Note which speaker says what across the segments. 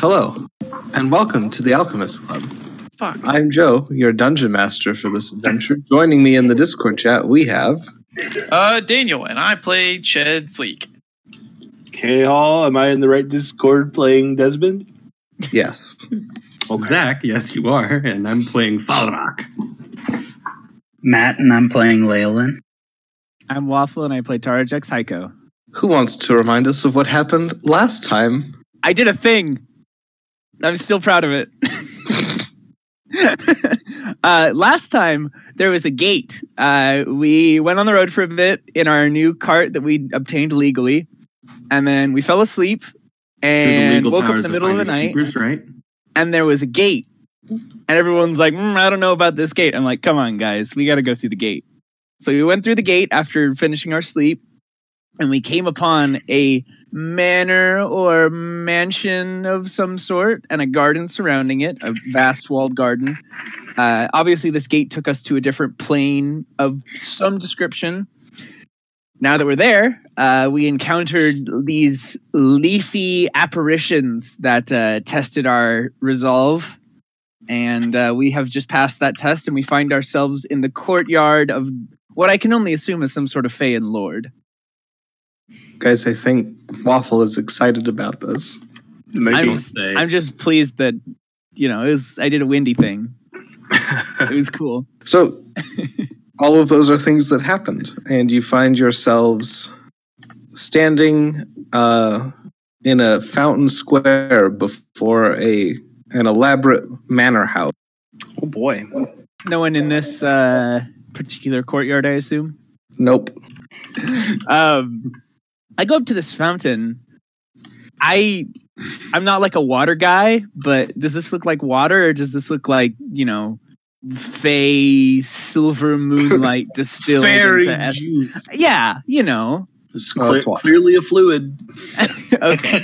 Speaker 1: Hello, and welcome to the Alchemist Club.
Speaker 2: Fuck.
Speaker 1: I'm Joe, your dungeon master for this adventure. Joining me in the Discord chat, we have.
Speaker 2: Uh, Daniel and I played Ched Fleek.
Speaker 3: K Hall, am I in the right Discord playing Desmond?
Speaker 1: Yes.
Speaker 4: Zach, yes, you are, and I'm playing Falrock.
Speaker 5: Matt and I'm playing Leyland.
Speaker 6: I'm Waffle and I play Tarajex Psycho.
Speaker 1: Who wants to remind us of what happened last time?
Speaker 6: I did a thing. I'm still proud of it. uh, last time there was a gate. Uh, we went on the road for a bit in our new cart that we obtained legally, and then we fell asleep and woke up in the middle of the
Speaker 4: finders
Speaker 6: night.
Speaker 4: keepers, right?
Speaker 6: and there was a gate. And everyone's like, mm, I don't know about this gate. I'm like, come on, guys, we got to go through the gate. So we went through the gate after finishing our sleep, and we came upon a manor or mansion of some sort and a garden surrounding it, a vast walled garden. Uh, obviously, this gate took us to a different plane of some description. Now that we're there, uh, we encountered these leafy apparitions that uh, tested our resolve. And uh, we have just passed that test, and we find ourselves in the courtyard of what I can only assume is some sort of Feyan lord.
Speaker 1: Guys, I think Waffle is excited about this.
Speaker 3: Maybe.
Speaker 6: I'm,
Speaker 4: say.
Speaker 6: I'm just pleased that, you know, it was, I did a windy thing. It was cool.
Speaker 1: So, all of those are things that happened, and you find yourselves standing uh, in a fountain square before a an elaborate manor house.
Speaker 3: oh boy.
Speaker 6: No one in this uh, particular courtyard, I assume.
Speaker 1: Nope.
Speaker 6: um, I go up to this fountain. I I'm not like a water guy, but does this look like water or does this look like you know, fey silver moonlight distilled
Speaker 1: Fairy
Speaker 6: into es-
Speaker 1: juice.
Speaker 6: yeah, you know.
Speaker 3: It's
Speaker 1: Oh,
Speaker 3: cle-
Speaker 1: it's water.
Speaker 3: clearly a fluid.
Speaker 6: okay.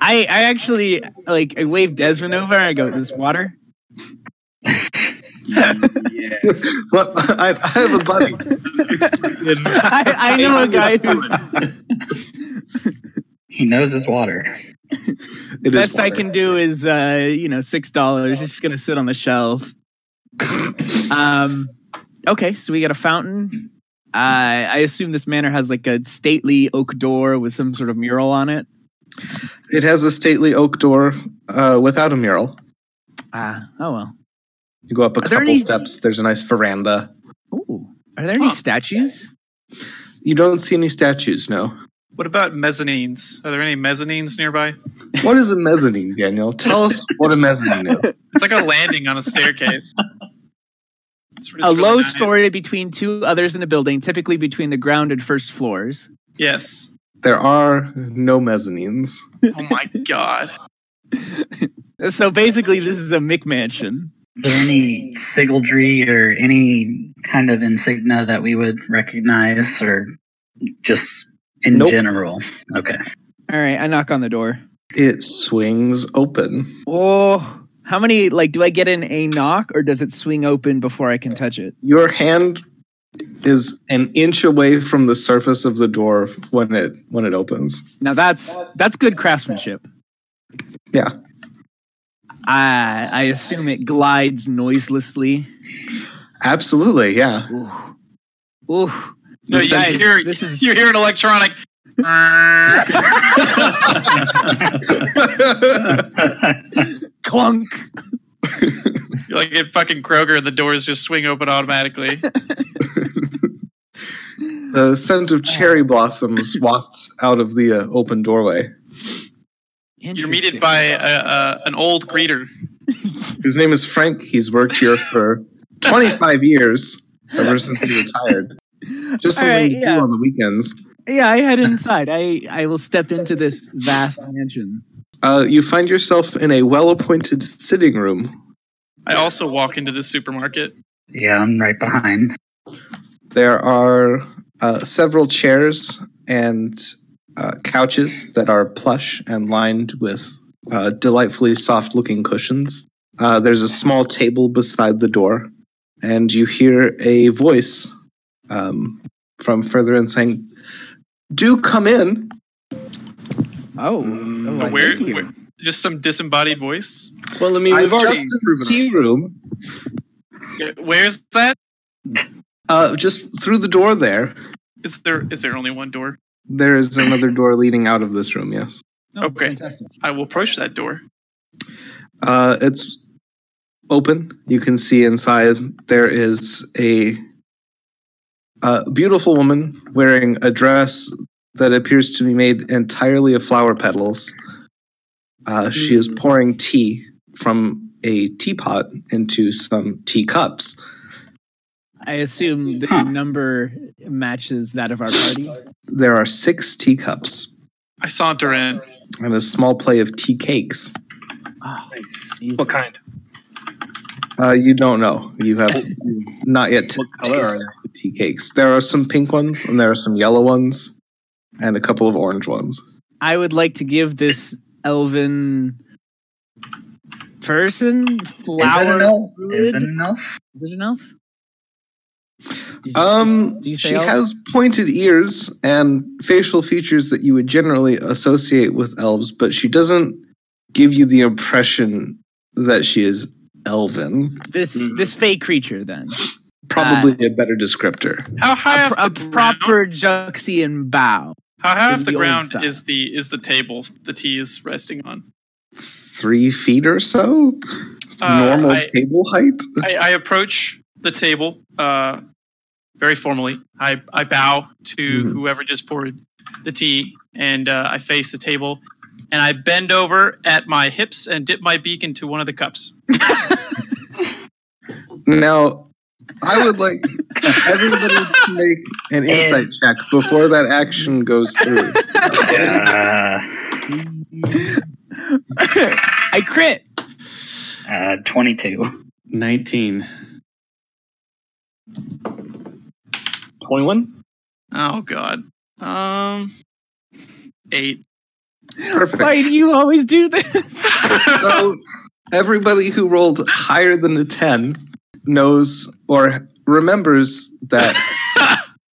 Speaker 6: I I actually like I wave Desmond over and I go, "This water."
Speaker 3: yeah.
Speaker 1: Well, I, I have a buddy.
Speaker 6: I, I know a guy. who-
Speaker 5: He knows his water.
Speaker 1: It is
Speaker 6: Best I
Speaker 1: water.
Speaker 6: can do is uh, you know six dollars. It's just gonna sit on the shelf. um, okay, so we got a fountain. I I assume this manor has like a stately oak door with some sort of mural on it.
Speaker 1: It has a stately oak door uh, without a mural.
Speaker 6: Ah, oh well.
Speaker 1: You go up a
Speaker 6: Are there
Speaker 1: couple
Speaker 6: any-
Speaker 1: steps. There's a nice veranda.
Speaker 6: Ooh, are there any
Speaker 2: Huh.
Speaker 6: statues?
Speaker 1: You don't see any statues, no.
Speaker 2: What about mezzanines? Are there any mezzanines nearby?
Speaker 1: What is a mezzanine, Daniel? Tell us what a mezzanine is.
Speaker 2: It's like a landing on a staircase. It's- it's
Speaker 6: A
Speaker 2: really
Speaker 6: low
Speaker 2: not-
Speaker 6: story between two others in a building, typically between the ground and first floors.
Speaker 2: Yes.
Speaker 1: There are no mezzanines.
Speaker 2: Oh my god.
Speaker 6: So basically, this is a McMansion.
Speaker 5: Is there any sigildry or any kind of insignia that we would recognize or just in
Speaker 1: Nope.
Speaker 5: general? Okay.
Speaker 6: All right, I knock on the door.
Speaker 1: It swings open.
Speaker 6: Oh, how many? Like, do I get in a knock or does it swing open before I can touch it?
Speaker 1: Your hand is an inch away from the surface of the door when it when it opens.
Speaker 6: Now that's that's good craftsmanship.
Speaker 1: Yeah.
Speaker 6: I I assume it glides noiselessly.
Speaker 1: Absolutely, yeah.
Speaker 6: Ooh, ooh.
Speaker 2: No, you
Speaker 6: Guys,
Speaker 2: hear,
Speaker 6: this is
Speaker 2: you hear an electronic. I
Speaker 6: clunk.
Speaker 2: feel like it fucking Kroger and the doors just swing open automatically.
Speaker 1: the scent of cherry blossoms wafts out of the uh, open doorway.
Speaker 2: You're meted by a, a, an old greeter.
Speaker 1: His name is Frank. He's worked here for 25 years, ever since he retired. Just
Speaker 6: All
Speaker 1: something
Speaker 6: right,
Speaker 1: to
Speaker 6: yeah.
Speaker 1: do on the weekends.
Speaker 6: Yeah, I head inside. I I will step into this vast mansion.
Speaker 1: Uh, you find yourself in a well appointed sitting room.
Speaker 2: I also walk into the supermarket.
Speaker 5: Yeah, I'm right behind.
Speaker 1: There are uh, several chairs and uh, couches that are plush and lined with uh, delightfully soft looking cushions. Uh, there's a small table beside the door, and you hear a voice um, from further in saying, Do come in.
Speaker 6: Oh,
Speaker 3: Mm,
Speaker 6: oh,
Speaker 2: But
Speaker 6: I
Speaker 2: where,
Speaker 6: Oh, thank you.
Speaker 2: Mm, where just some disembodied voice?
Speaker 3: Well, I mean,
Speaker 1: I'm
Speaker 3: we've already
Speaker 1: just in the
Speaker 3: proven
Speaker 1: tea room,
Speaker 2: Yeah, Where's that?
Speaker 1: uh, just through the door there.
Speaker 2: Is there is there only one door?
Speaker 1: There is another door leading out of this room. Yes,
Speaker 6: No,
Speaker 2: Okay.
Speaker 6: Oh, Fantastic.
Speaker 2: I will approach that door.
Speaker 1: uh, it's open. You can see inside. There is a uh, beautiful woman wearing a dress that appears to be made entirely of flower petals. Uh, She is pouring tea from a teapot into some teacups.
Speaker 6: I assume the
Speaker 5: Huh.
Speaker 6: number matches that of our party.
Speaker 1: There are six teacups
Speaker 2: I saunter in.
Speaker 1: and a small plate of tea cakes.
Speaker 6: Oh,
Speaker 3: Nice.
Speaker 6: Jesus.
Speaker 3: What kind?
Speaker 1: Uh, you don't know. You have not yet t-
Speaker 3: What color are
Speaker 1: tasted the tea cakes. There are some pink ones, and there are some yellow ones, and a couple of orange ones.
Speaker 6: I would like to give this elven person
Speaker 5: Is it
Speaker 6: flower.
Speaker 5: an elf? Is
Speaker 6: druid?
Speaker 5: it an elf?
Speaker 6: Is it an elf? Did you-
Speaker 1: Um,
Speaker 6: do you say
Speaker 1: she
Speaker 6: elf?
Speaker 1: has pointed ears and facial features that you would generally associate with elves, but she doesn't give you the impression that she is elven.
Speaker 6: this this fey creature then
Speaker 1: Probably a better descriptor.
Speaker 2: How high off
Speaker 6: a, pr- a
Speaker 2: the ground,
Speaker 6: proper Juxian bow.
Speaker 2: how high off
Speaker 6: in
Speaker 2: the
Speaker 6: the old
Speaker 2: ground
Speaker 6: style.
Speaker 2: is the is the table the tea is resting on?
Speaker 1: Three feet or so.
Speaker 2: Uh,
Speaker 1: Normal
Speaker 2: I-
Speaker 1: table height.
Speaker 2: I, I approach the table uh, very formally. I, I bow to
Speaker 6: Hmm.
Speaker 1: Mhm.
Speaker 2: whoever just poured the tea, and uh, I face the table, and I bend over at my hips and dip my beak into one of the cups.
Speaker 1: Now, I would like everybody to make an insight check before that action goes through.
Speaker 5: Uh,
Speaker 6: I crit.
Speaker 5: uh, 22.
Speaker 4: 19.
Speaker 3: 21?
Speaker 2: Oh God. Um, eight.
Speaker 6: Why
Speaker 1: Perfect.
Speaker 6: do you always do this?
Speaker 1: So, everybody who rolled higher than a 10 knows or remembers that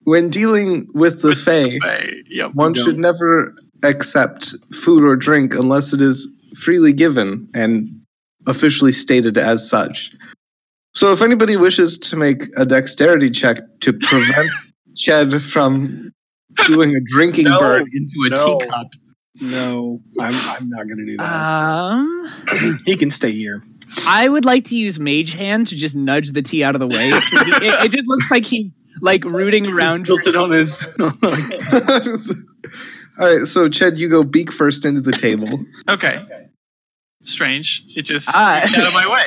Speaker 1: when dealing with the Fae,
Speaker 2: Hey, yep.
Speaker 1: one should never accept food or drink unless it is freely given and officially stated as such. So, if anybody wishes to make a dexterity check to prevent Ched from doing a drinking
Speaker 3: No,
Speaker 1: bird into a
Speaker 3: no.
Speaker 1: teacup,
Speaker 3: No, I'm, I'm not going to do that.
Speaker 6: um,
Speaker 3: he can stay here.
Speaker 6: I would like to use Mage Hand to just nudge the tea out of the way. it, it just looks like he's like rooting around for
Speaker 3: Built it on his.
Speaker 1: All right, so Ched, you go beak first into the table.
Speaker 2: Okay. Strange. It just
Speaker 6: Ah.
Speaker 2: got out of my way.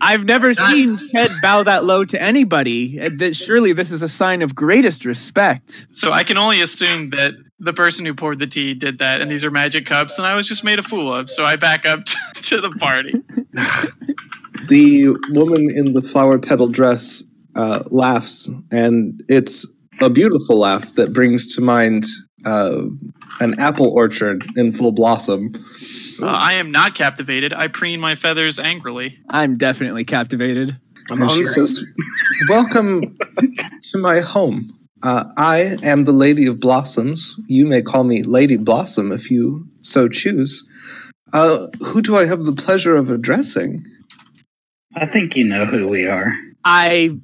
Speaker 6: I've never
Speaker 2: Not-
Speaker 6: seen Ted bow that low to anybody. Uh, that- surely this is a sign of greatest respect.
Speaker 2: So I can only assume that the person who poured the tea did that, and these are magic cups, and I was just made a fool of. So I back up to the party.
Speaker 1: The woman in the flower petal dress uh, laughs, and it's a beautiful laugh that brings to mind uh, an apple orchard in full blossom.
Speaker 2: Uh, I am not captivated. I preen my feathers angrily.
Speaker 6: I'm definitely captivated.
Speaker 3: I'm
Speaker 1: and
Speaker 3: hungry.
Speaker 1: she says, Welcome to my home. Uh, I am the Lady of Blossoms. You may call me Lady Blossom if you so choose. Uh, who do I have the pleasure of addressing?
Speaker 5: I think you know who we are.
Speaker 6: I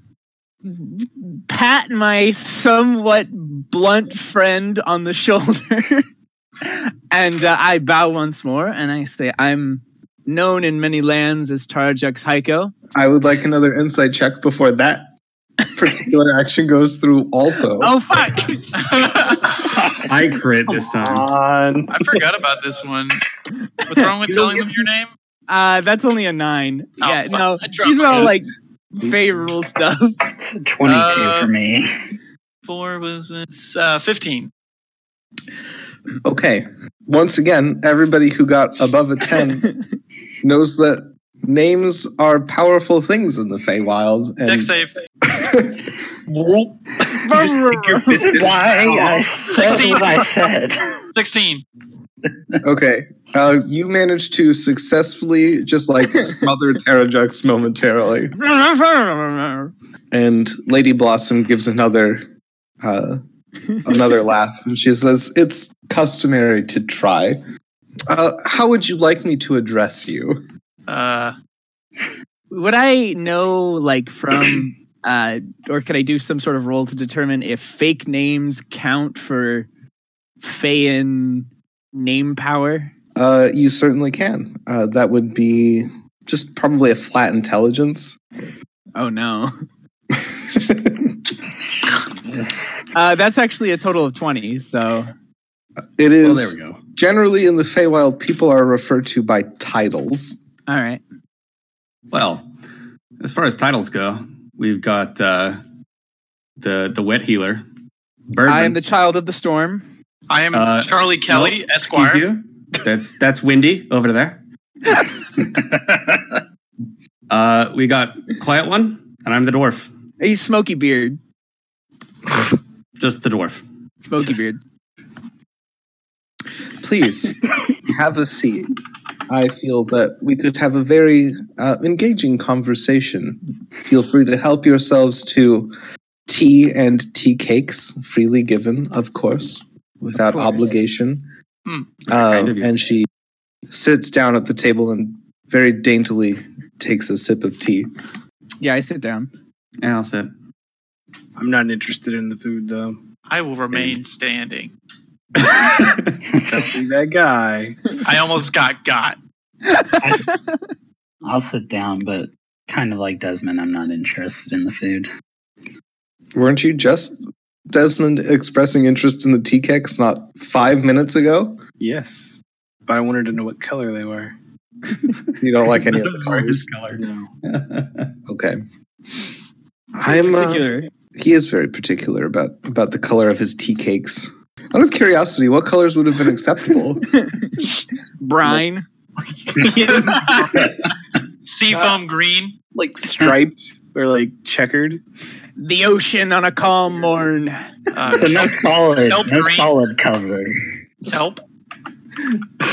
Speaker 6: pat my somewhat blunt friend on the shoulder, and uh, I bow once more, and I say, "I'm known in many lands as Tarajux Haiko."
Speaker 1: I would like another insight check before that particular action goes through, also.
Speaker 6: Oh fuck!
Speaker 2: I
Speaker 4: I crit this
Speaker 1: Um,
Speaker 4: time.
Speaker 3: on.
Speaker 2: forgot about this one. What's wrong with telling them your name?
Speaker 6: Uh, that's only a nine.
Speaker 2: Oh,
Speaker 6: yeah,
Speaker 2: fuck.
Speaker 6: no,
Speaker 2: I dropped
Speaker 6: these are
Speaker 2: my-
Speaker 6: all like fey rule stuff.
Speaker 5: It's a 22
Speaker 2: Uh,
Speaker 5: for me.
Speaker 2: Four was this? Uh, Fifteen.
Speaker 1: Okay. Once again, everybody who got above a 10 knows that names are powerful things in the Feywild. And
Speaker 2: Dex save.
Speaker 5: Just take your fist- Why I said what I said.
Speaker 2: Sixteen.
Speaker 1: Okay. Uh, you managed to successfully just like smother Terrajux momentarily. And Lady Blossom gives another uh, another laugh and she says, It's customary to try. Uh, how would you like me to address you?
Speaker 2: Uh,
Speaker 6: Would I know, like, from, uh, or could I do some sort of role to determine if fake names count for Feyan name power?
Speaker 1: Uh, you certainly can. Uh, that would be just probably a flat intelligence.
Speaker 6: Oh no.
Speaker 5: Jesus.
Speaker 6: Uh, that's actually a total of 20, so.
Speaker 1: it
Speaker 4: Well, there
Speaker 1: is
Speaker 4: we go.
Speaker 1: generally in the Feywild, people are referred to by titles.
Speaker 6: All right.
Speaker 4: Well, as far as titles go, we've got uh, the the wet healer. Birdman.
Speaker 6: I am the child of the storm.
Speaker 2: I am
Speaker 4: Uh,
Speaker 2: Charlie Kelly,
Speaker 4: Nope,
Speaker 2: Esquire.
Speaker 4: Excuse you. That's that's windy over there. Uh, we got quiet one, and I'm the dwarf.
Speaker 6: He's Smoky Beard.
Speaker 4: Just the dwarf.
Speaker 6: Smoky Beard.
Speaker 1: Please have a seat. I feel that we could have a very uh, engaging conversation. Feel free to help yourselves to tea and tea cakes, freely given, of course, without
Speaker 6: course.
Speaker 1: obligation.
Speaker 2: Hmm.
Speaker 1: Um,
Speaker 4: Kind of you.
Speaker 1: and she sits down at the table and very daintily takes a sip of tea.
Speaker 6: Yeah, I sit down.
Speaker 4: Yeah, I'll sit.
Speaker 3: I'm not interested in the food though.
Speaker 2: I will remain standing.
Speaker 3: Be that guy.
Speaker 2: I almost got got.
Speaker 5: I'll sit down, but kind of like Desmond, I'm not interested in the food.
Speaker 1: Weren't you just Desmond expressing interest in the tea cakes not five minutes ago?
Speaker 3: Yes. But I wanted to know what color they were.
Speaker 1: You don't like any of the colors.
Speaker 4: Rose colored.
Speaker 3: No.
Speaker 1: Okay. I'm. Uh,
Speaker 6: Particular.
Speaker 1: he is very particular about about the color of his tea cakes. Out of curiosity, what colors would have been acceptable?
Speaker 6: Brine.
Speaker 2: Seafoam green.
Speaker 3: Like striped or like checkered.
Speaker 6: the ocean on a calm morn.
Speaker 2: Uh,
Speaker 5: So no solid,
Speaker 2: Nope,
Speaker 5: no
Speaker 2: green.
Speaker 5: solid color.
Speaker 2: help.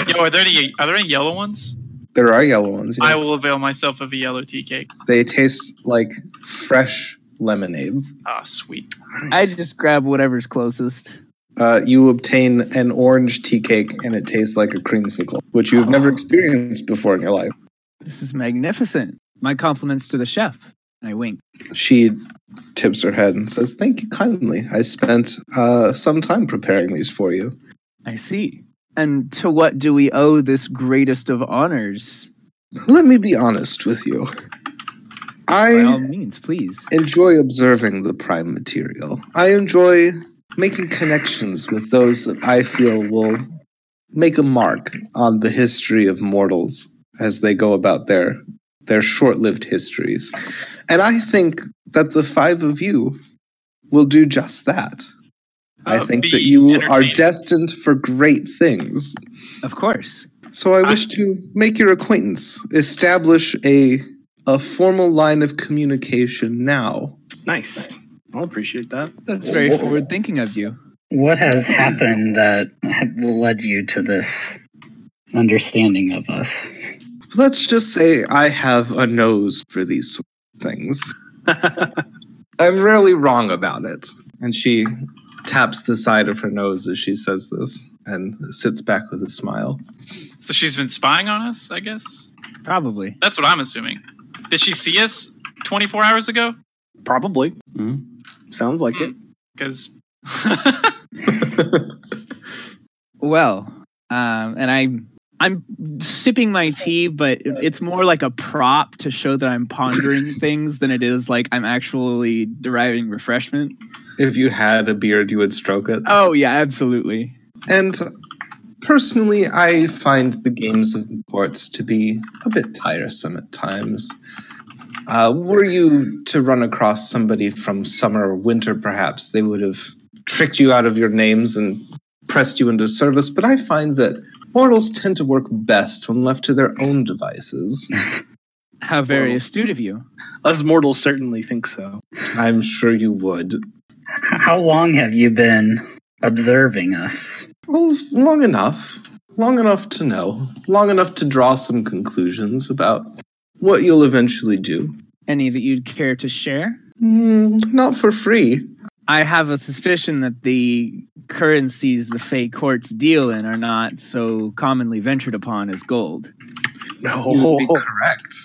Speaker 2: Yo, are there any are there any yellow ones?
Speaker 1: there are yellow ones.
Speaker 2: I
Speaker 1: yes.
Speaker 2: will avail myself of a yellow tea cake.
Speaker 1: They taste like fresh lemonade.
Speaker 2: Ah, sweet.
Speaker 6: I just grab whatever's closest.
Speaker 1: Uh, you obtain an orange tea cake, and it tastes like a creamsicle, which you've never experienced before in your life.
Speaker 6: This is magnificent. My compliments to the chef. I wink.
Speaker 1: She tips her head and says, "Thank you kindly. I spent uh, some time preparing these for you."
Speaker 6: I see. And to what do we owe this greatest of honors?
Speaker 1: Let me be honest with you. I
Speaker 6: By all means, please.
Speaker 1: enjoy observing the prime material. I enjoy making connections with those that I feel will make a mark on the history of mortals as they go about their their short-lived histories. And I think that the five of you will do just that. I
Speaker 2: Uh,
Speaker 1: think
Speaker 2: be
Speaker 1: that you are
Speaker 2: entertaining.
Speaker 1: destined for great things.
Speaker 6: Of course.
Speaker 1: So I wish to make your acquaintance, establish a a formal line of communication now
Speaker 3: Nice. I'll appreciate that.
Speaker 6: That's very forward thinking of you.
Speaker 5: What has happened that led you to this understanding of us?
Speaker 1: Let's just say I have a nose for these sort of things. I'm rarely wrong about it. And she taps the side of her nose as she says this and sits back with a smile.
Speaker 2: So she's been spying on us, I guess.
Speaker 6: Probably.
Speaker 2: That's what I'm assuming. Did she see us 24 hours ago?
Speaker 3: Probably.
Speaker 4: Mm.
Speaker 1: Hmm?
Speaker 3: Sounds like it.
Speaker 2: Because
Speaker 6: Well, um, and I'm I'm sipping my tea, but it's more like a prop to show that I'm pondering things than it is like I'm actually deriving refreshment.
Speaker 1: If you had a beard, you would stroke it.
Speaker 6: Oh yeah, absolutely.
Speaker 1: And personally, I find the games of the courts to be a bit tiresome at times. Uh, were you to run across somebody from summer or winter, perhaps they would have tricked you out of your names and pressed you into service. But I find that mortals tend to work best when left to their own devices.
Speaker 6: How very
Speaker 3: Well-
Speaker 6: astute of you.
Speaker 3: Us mortals certainly think so.
Speaker 1: I'm sure you would.
Speaker 5: How long have you been observing us?
Speaker 1: Well, long enough. Long enough to know. Long enough to draw some conclusions about what you'll eventually do.
Speaker 6: Any that you'd care to share?
Speaker 1: Mm, not for free.
Speaker 6: I have a suspicion that the currencies the Fey courts deal in are not so commonly ventured upon as gold.
Speaker 1: You
Speaker 3: No.
Speaker 1: would be correct.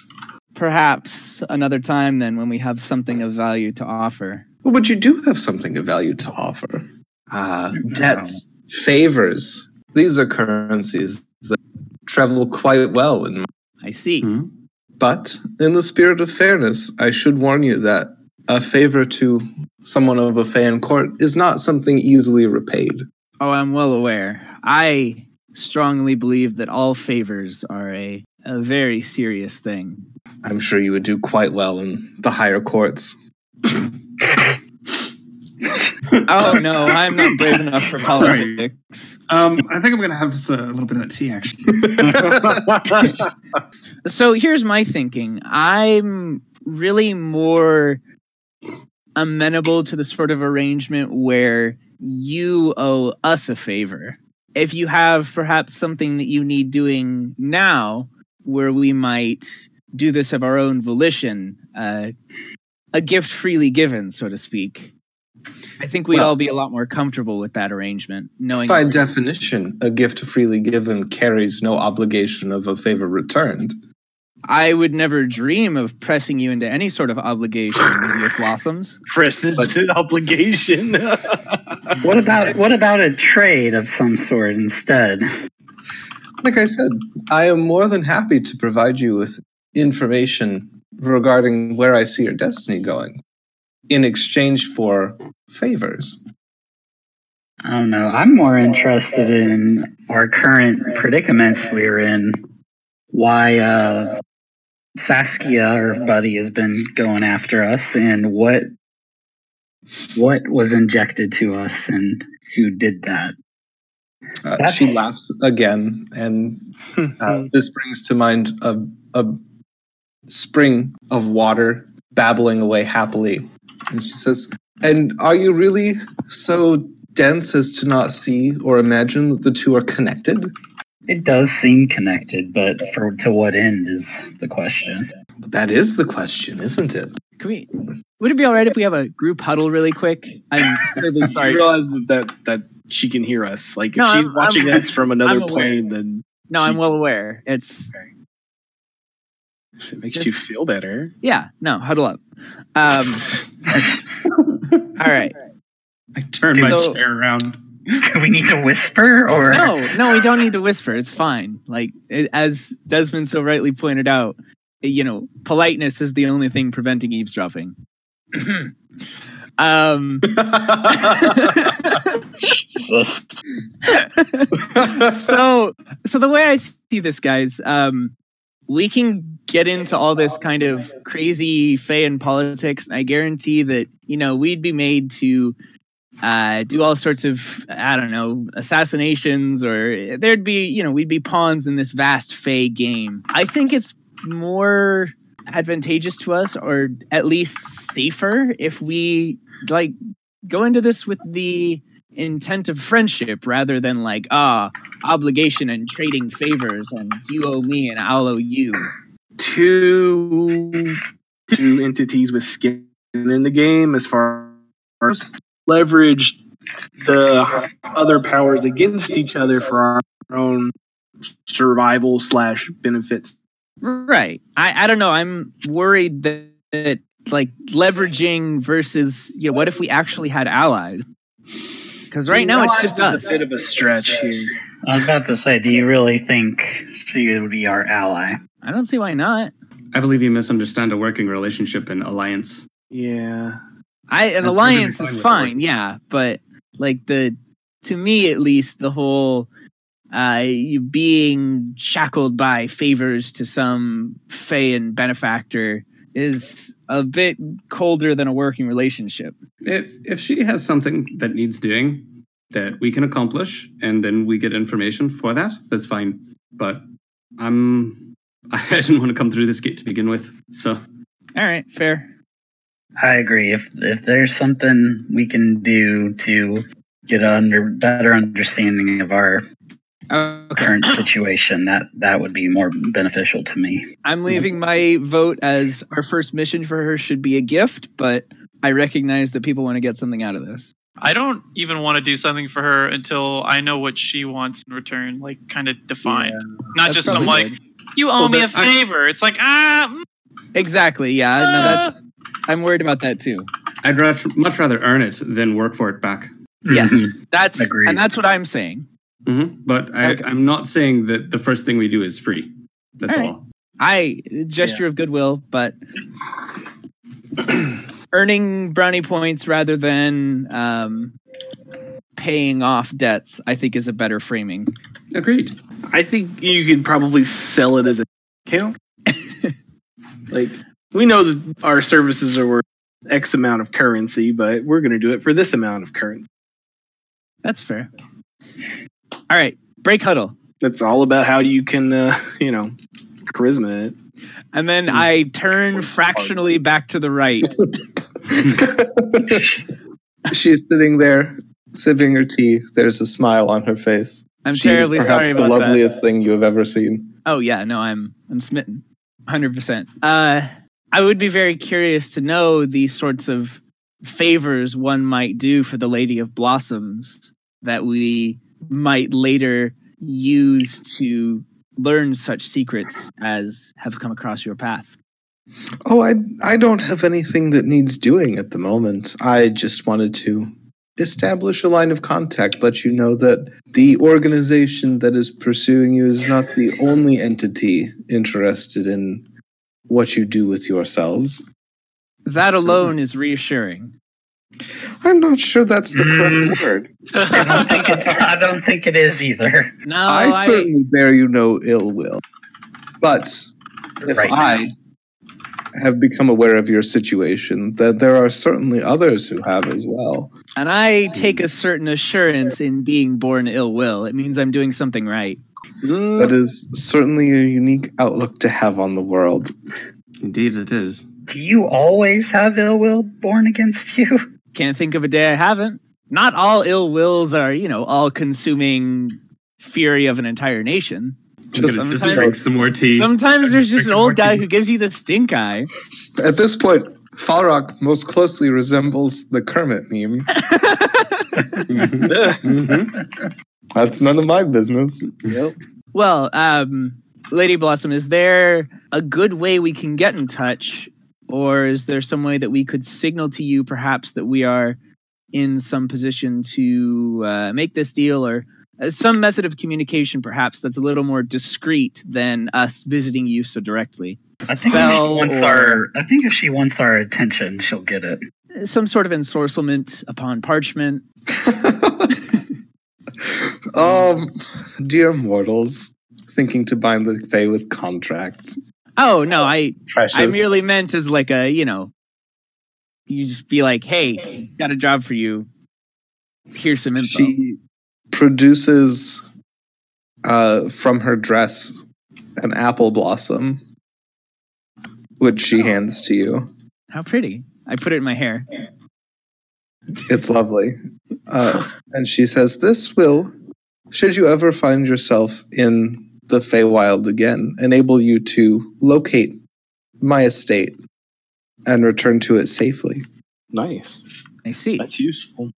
Speaker 6: Perhaps another time, then, when we have something of value to offer.
Speaker 1: But would you do have something of value to offer? Uh, debts, favors. These are currencies that travel quite well in
Speaker 6: I see.
Speaker 4: Hmm.
Speaker 1: But in the spirit of fairness, I should warn you that a favor to someone of a fan court is not something easily repaid.
Speaker 6: Oh, I'm well aware. I strongly believe that all favors are a, a very serious thing.
Speaker 1: I'm sure you would do quite well in the higher courts.
Speaker 6: Oh, no, I'm not brave enough for politics.
Speaker 4: Um, I think I'm gonna have s- a little bit of that tea actually.
Speaker 6: So here's my thinking. I'm really more amenable to the sort of arrangement where you owe us a favor. If you have perhaps something that you need doing now, where we might do this of our own volition, uh, a gift freely given, so to speak. I think we'd
Speaker 1: Well-
Speaker 6: all be a lot more comfortable with that arrangement, knowing
Speaker 1: By
Speaker 6: that we're-
Speaker 1: definition, a gift freely given carries no obligation of a favor returned.
Speaker 6: I would never dream of pressing you into any sort of obligation with blossoms.
Speaker 3: Chris, this
Speaker 1: But-
Speaker 3: is an obligation.
Speaker 5: What about what about a trade of some sort instead?
Speaker 1: Like I said, I am more than happy to provide you with information regarding where I see your destiny going in exchange for favors.
Speaker 5: I don't know. I'm more interested in our current predicaments we're in. Why uh, Saskia, our buddy, has been going after us, and what what was injected to us, and who did that?
Speaker 1: Uh,
Speaker 5: That's-
Speaker 1: she laughs again, and uh, this brings to mind a, a spring of water babbling away happily. And she says, And are you really so dense as to not see or imagine that the two are connected?
Speaker 5: It does seem connected, but for to what end is the question?
Speaker 1: That is the question, isn't it?
Speaker 6: Can we? Would it be all right if we have a group huddle really quick? I'm terribly
Speaker 3: I
Speaker 6: sorry.
Speaker 3: realize that, that that she can hear us. Like if
Speaker 6: No,
Speaker 3: she's
Speaker 6: I'm-
Speaker 3: watching
Speaker 6: I'm-
Speaker 3: us from another
Speaker 6: I'm aware.
Speaker 3: plane, then
Speaker 6: No, I'm well aware. It's
Speaker 3: it makes
Speaker 6: Yes.
Speaker 3: you feel better.
Speaker 6: yeah. No, huddle up. Um, all right.
Speaker 4: I turned my
Speaker 6: So-
Speaker 4: chair around.
Speaker 5: Do we need to whisper or
Speaker 6: No, no, we don't need to whisper. It's fine. Like it, as Desmond so rightly pointed out, you know, politeness is the only thing preventing eavesdropping. um.
Speaker 5: Jesus.
Speaker 6: so so the way I see this, guys, um, we can get into all this kind of crazy Feyan politics, and I guarantee that you know we'd be made to uh, do all sorts of I don't know assassinations, or there'd be you know we'd be pawns in this vast Fey game. I think it's more advantageous to us, or at least safer, if we like go into this with the intent of friendship rather than like ah obligation and trading favors and you owe me and I'll owe you.
Speaker 3: Two two entities with skin in the game as far as leverage the other powers against each other for our own survival slash benefits.
Speaker 6: Right. I I don't know. I'm worried that, that like leveraging versus you know what if we actually had allies? Because right now it's just
Speaker 3: It's
Speaker 6: us.
Speaker 3: a bit of a stretch here.
Speaker 5: I was about to say, do you really think she would be our ally?
Speaker 6: I don't see why not.
Speaker 4: I believe you misunderstand a working relationship and alliance.
Speaker 3: Yeah.
Speaker 6: I an
Speaker 4: I'm
Speaker 6: alliance
Speaker 4: perfectly
Speaker 6: is
Speaker 4: fine with
Speaker 6: fine, yeah, but like the to me at least the whole uh you being shackled by favors to some Feyan benefactor is a bit colder than a working relationship.
Speaker 4: If, if she has something that needs doing that we can accomplish, and then we get information for that, that's fine. But I'm I didn't want to come through this gate to begin with, so
Speaker 6: All right, fair.
Speaker 5: I agree. If if there's something we can do to get a under better understanding of our
Speaker 6: Okay.
Speaker 5: current situation, that that would be more beneficial to me.
Speaker 6: I'm leaving my vote as our first mission for her should be a gift, but I recognize that people want to get something out of this.
Speaker 2: I don't even want to do something for her until I know what she wants in return, like kind of defined. Not
Speaker 6: That's
Speaker 2: just some
Speaker 6: probably
Speaker 2: like you owe
Speaker 4: Well,
Speaker 2: me a
Speaker 4: but I-
Speaker 2: favor. It's like ah, mm,
Speaker 6: Exactly. Yeah. No,
Speaker 2: Ah!
Speaker 6: that's. I'm worried about that too.
Speaker 4: I'd rat- much rather earn it than work for it back.
Speaker 5: Mhm.
Speaker 1: Mm-hmm.
Speaker 6: Yes, that's
Speaker 5: Agreed.
Speaker 6: and that's what I'm saying.
Speaker 4: hmm But I,
Speaker 6: Mm-hmm. Okay.
Speaker 4: I'm not saying that the first thing we do is free. That's
Speaker 6: All right.
Speaker 4: all.
Speaker 6: I gesture of goodwill, but earning brownie points rather than um, paying off debts, I think, is a better framing.
Speaker 4: Agreed.
Speaker 3: I think you could probably sell it as a discount. like we know that our services are worth X amount of currency, but we're going to do it for this amount of currency.
Speaker 6: That's fair. All right, break huddle,
Speaker 3: That's all about how you can, uh, you know, charisma it.
Speaker 6: and then
Speaker 1: Hmm.
Speaker 6: I turn fractionally back to the right.
Speaker 1: She's sitting there sipping her tea. There's a smile on her face.
Speaker 6: I'm
Speaker 1: she
Speaker 6: terribly
Speaker 1: is
Speaker 6: sorry
Speaker 1: perhaps the
Speaker 6: about that.
Speaker 1: loveliest thing you have ever seen.
Speaker 6: Oh yeah, no, I'm I'm smitten, hundred percent. Uh, I would be very curious to know the sorts of favors one might do for the Lady of Blossoms that we might later use to learn such secrets as have come across your path.
Speaker 1: Oh, I I don't have anything that needs doing at the moment. I just wanted to establish a line of contact, let you know that the organization that is pursuing you is not the only entity interested in what you do with yourselves.
Speaker 6: That alone is reassuring.
Speaker 1: I'm not sure that's the correct
Speaker 5: Mm.
Speaker 1: word.
Speaker 5: I don't think it. I don't think it is either.
Speaker 6: No,
Speaker 1: I,
Speaker 6: Oh, I,
Speaker 1: certainly bear you no ill will. But if
Speaker 5: Right.
Speaker 1: I have become aware of your situation, that there are certainly others who have as well.
Speaker 6: and I take a certain assurance in being born ill will. It means I'm doing something right.
Speaker 3: Mm,
Speaker 1: That is certainly a unique outlook to have on the world.
Speaker 4: Indeed, it is.
Speaker 5: Do you always have ill will born against you?
Speaker 6: Can't think of a day I haven't. Not all ill wills are, you know, all consuming fury of an entire nation.
Speaker 1: Just
Speaker 4: I'm gonna just
Speaker 6: sometimes-
Speaker 4: drink some more tea.
Speaker 6: Sometimes there's just an old guy
Speaker 4: Morty.
Speaker 6: who gives you the stink eye.
Speaker 1: at this point, Falrock most closely resembles the Kermit meme.
Speaker 4: Mhm.
Speaker 3: ugh.
Speaker 4: Mhm.
Speaker 1: That's none of my business.
Speaker 6: Well, um, Lady Blossom, is there a good way we can get in touch? Or is there some way that we could signal to you perhaps that we are in some position to uh, make this deal or uh, some method of communication perhaps that's a little more discreet than us visiting you so directly?
Speaker 5: I think if she
Speaker 6: Spell
Speaker 5: wants
Speaker 6: or-
Speaker 5: our. I think if she wants our attention, she'll get it.
Speaker 6: some sort of ensorcelment upon parchment.
Speaker 1: um, dear mortals, thinking to bind the Fae with contracts.
Speaker 6: Oh no, I
Speaker 1: Precious.
Speaker 6: I merely meant as like a you know, you just be like, hey, got a job for you. Here's some info.
Speaker 1: She produces uh, from her dress an apple blossom, which she hands to you.
Speaker 6: How pretty! I put it in my hair.
Speaker 1: It's lovely. Uh, and she says, This will, should you ever find yourself in the Feywild again, enable you to locate my estate and return to it safely.
Speaker 3: nice.
Speaker 6: I see.
Speaker 3: That's useful.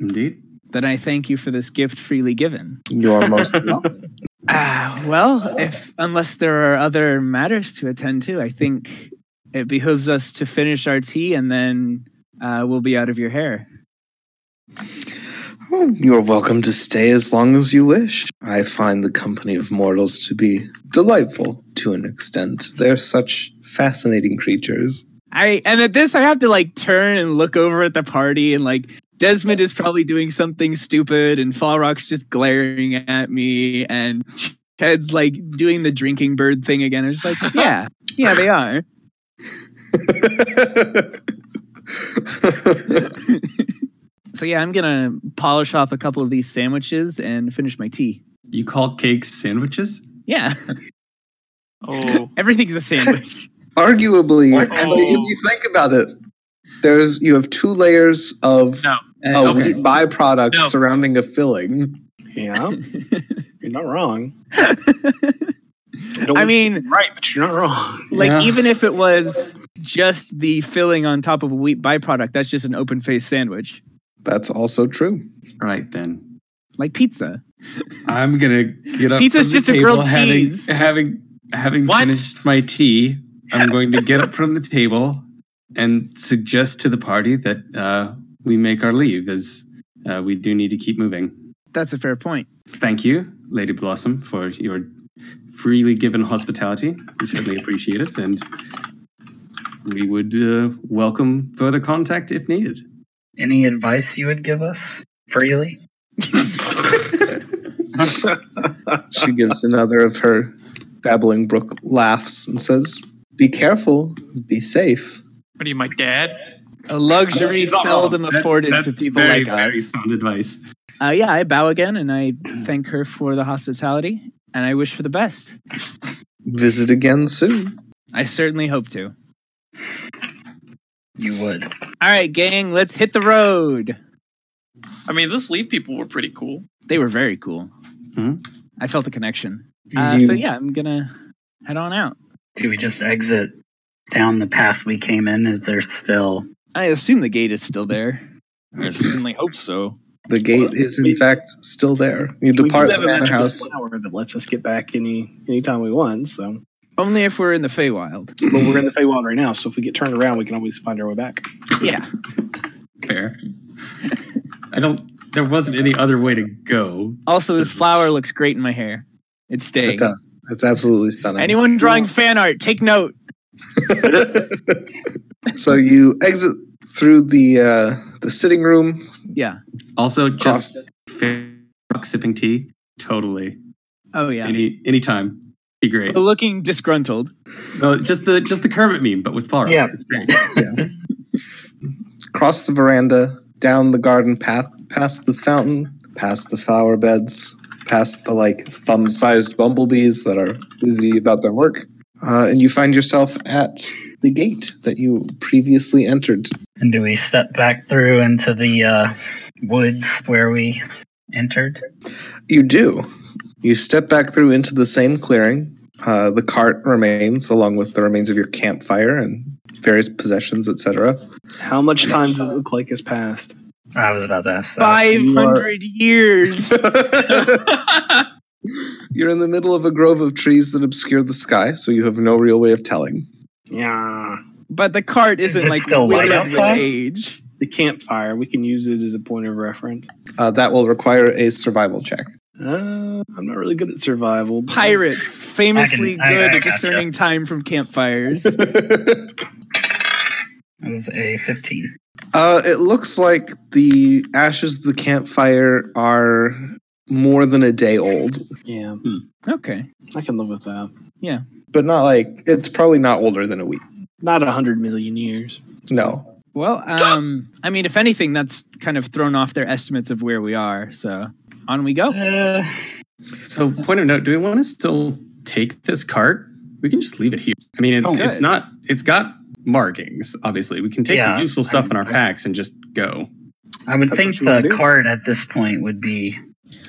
Speaker 4: Indeed.
Speaker 6: Then I thank you for this gift freely given.
Speaker 1: You are most welcome.
Speaker 6: Ah, well, if unless there are other matters to attend to, I think it behooves us to finish our tea and then uh, we'll be out of your hair.
Speaker 1: Oh, you're welcome to stay as long as you wish. I find the company of mortals to be delightful to an extent. They're such fascinating creatures.
Speaker 6: I and at this I have to like turn and look over at the party and like Desmond is probably doing something stupid and Falrock's just glaring at me and Chad's like doing the drinking bird thing again. I'm just like, yeah, yeah, they are. So yeah, I'm gonna polish off a couple of these sandwiches and finish my tea.
Speaker 4: You call cakes sandwiches?
Speaker 6: Yeah,
Speaker 2: oh,
Speaker 6: everything's a sandwich.
Speaker 1: Arguably,
Speaker 5: What?
Speaker 1: but if you think about it, there's you have two layers of
Speaker 2: No.
Speaker 1: a
Speaker 2: okay.
Speaker 1: wheat byproduct
Speaker 2: No.
Speaker 1: surrounding a filling.
Speaker 3: Yeah, you're not wrong.
Speaker 6: I mean,
Speaker 3: right, but you're not wrong.
Speaker 6: like
Speaker 4: Yeah.
Speaker 6: even if it was just the filling on top of a wheat byproduct. That's just an open faced sandwich,
Speaker 1: That's also true.
Speaker 4: Right then.
Speaker 6: like pizza.
Speaker 4: I'm gonna get up.
Speaker 6: Pizza's
Speaker 4: from the
Speaker 6: just a
Speaker 4: table,
Speaker 6: grilled
Speaker 4: having,
Speaker 6: cheese.
Speaker 4: Having having
Speaker 2: What?
Speaker 4: finished my tea, I'm going to get up from the table and suggest to the party that uh, we make our leave, as uh, we do need to keep moving.
Speaker 6: That's a fair point.
Speaker 4: Thank you, Lady Blossom, for your freely given hospitality. We certainly appreciate it, and we would uh, welcome further contact if needed.
Speaker 5: Any advice you would give us freely?
Speaker 1: She gives another of her babbling brook laughs and says, Be careful, be safe.
Speaker 2: What are you, my dad?
Speaker 6: A luxury seldom afforded to people
Speaker 4: very,
Speaker 6: like us.
Speaker 4: Very sound advice.
Speaker 6: Uh, yeah, I bow again and I thank her for the hospitality and I wish her the best.
Speaker 1: Visit again soon.
Speaker 6: I certainly hope to.
Speaker 5: You would.
Speaker 6: All right, gang, let's hit the road.
Speaker 2: I mean, those leaf people were pretty cool.
Speaker 6: They were very cool.
Speaker 4: Mhm.
Speaker 6: I felt a connection. Uh,
Speaker 1: Hmm? You-
Speaker 6: so, yeah, I'm going to head on out.
Speaker 5: Do we just exit down the path we came in? Is there still
Speaker 6: I assume the gate is still there. I certainly hope so.
Speaker 1: The gate is, in
Speaker 3: We-
Speaker 1: fact, still there. You
Speaker 3: We do
Speaker 1: depart
Speaker 3: have
Speaker 1: the
Speaker 3: a
Speaker 1: manor
Speaker 3: magical
Speaker 1: house.
Speaker 3: flower that lets us get back any anytime we want. So,
Speaker 6: Only if we're in the Feywild.
Speaker 3: but we're in the Feywild right now. So if we get turned around, we can always find our way back.
Speaker 6: Yeah.
Speaker 4: Fair. I don't. There wasn't any other way to go.
Speaker 6: Also,
Speaker 4: So-
Speaker 6: this flower looks great in my hair. It's
Speaker 1: It
Speaker 6: staying.
Speaker 1: does. It's absolutely stunning.
Speaker 6: Anyone drawing fan art, take note.
Speaker 1: so you exit through the uh, the sitting room.
Speaker 6: Yeah.
Speaker 4: Also, just
Speaker 1: Cross.
Speaker 4: fair fuck sipping tea. Totally.
Speaker 6: Oh, yeah.
Speaker 4: Any any time. Be great.
Speaker 6: But looking disgruntled.
Speaker 4: No, just the just the Kermit meme, but with flower.
Speaker 5: Yeah.
Speaker 4: it's great.
Speaker 1: Cross the veranda, down the garden path, past the fountain, past the flower beds, past the like thumb-sized bumblebees that are busy about their work, uh, and you find yourself at the gate that you previously entered.
Speaker 5: And do we step back through into the uh, woods where we entered?
Speaker 1: You do. You step back through into the same clearing. Uh, the cart remains, along with the remains of your campfire and various possessions, etc.
Speaker 3: How much time does it look like has passed?
Speaker 5: I was about to ask that.
Speaker 6: 500 years.
Speaker 1: You're in the middle of a grove of trees that obscure the sky, so you have no real way of telling.
Speaker 3: Yeah,
Speaker 6: But the cart
Speaker 5: Is
Speaker 6: isn't
Speaker 5: it
Speaker 6: like
Speaker 5: still light
Speaker 6: withered
Speaker 5: outside?
Speaker 6: with age.
Speaker 3: the campfire. We can use it as a point of reference.
Speaker 1: Uh, that will require a survival check.
Speaker 3: Uh, I'm not really good at survival. but-
Speaker 6: Pirates, famously
Speaker 5: I- I
Speaker 6: good at
Speaker 5: gotcha.
Speaker 6: discerning time from campfires.
Speaker 5: It was a 15.
Speaker 1: uh, it looks like the ashes of the campfire are more than a day old,
Speaker 3: Yeah,
Speaker 6: okay.
Speaker 3: I can live with that.
Speaker 1: but not like it's probably not older than a week.
Speaker 3: Not a hundred million years.
Speaker 1: No.
Speaker 6: Well, um, I mean, if anything, that's kind of thrown off their estimates of where we are. So on we go.
Speaker 5: Uh,
Speaker 4: So, point of note: Do we want to still take this cart? We can just leave it here. I mean, it's
Speaker 6: Oh,
Speaker 4: it's
Speaker 6: good.
Speaker 4: not. It's got markings. Obviously, we can take
Speaker 5: Yeah.
Speaker 4: the useful stuff in our packs and just go.
Speaker 5: I would
Speaker 3: That's
Speaker 5: think
Speaker 3: what you wanna
Speaker 5: the
Speaker 3: do.
Speaker 5: cart at this point would be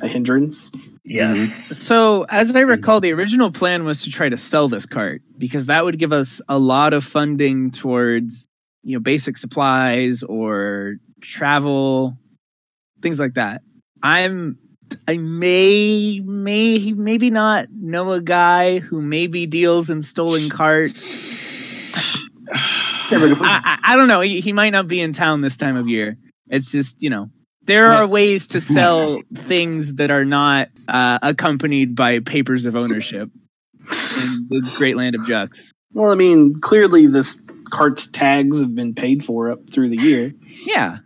Speaker 3: A hindrance. Mm-hmm.
Speaker 5: yes.
Speaker 6: So, as I recall, the original plan was to try to sell this cart because that would give us a lot of funding towards, you know, basic supplies or travel, things like that. I'm, I may, may, maybe not know a guy who maybe deals in stolen carts. I, I, I don't know. He, he might not be in town this time of year. It's just, you know, there are ways to sell things that are not uh, accompanied by papers of ownership in the great land of Jux.
Speaker 3: Well, I mean, clearly this cart's tags have been paid for up through the year.
Speaker 6: Yeah,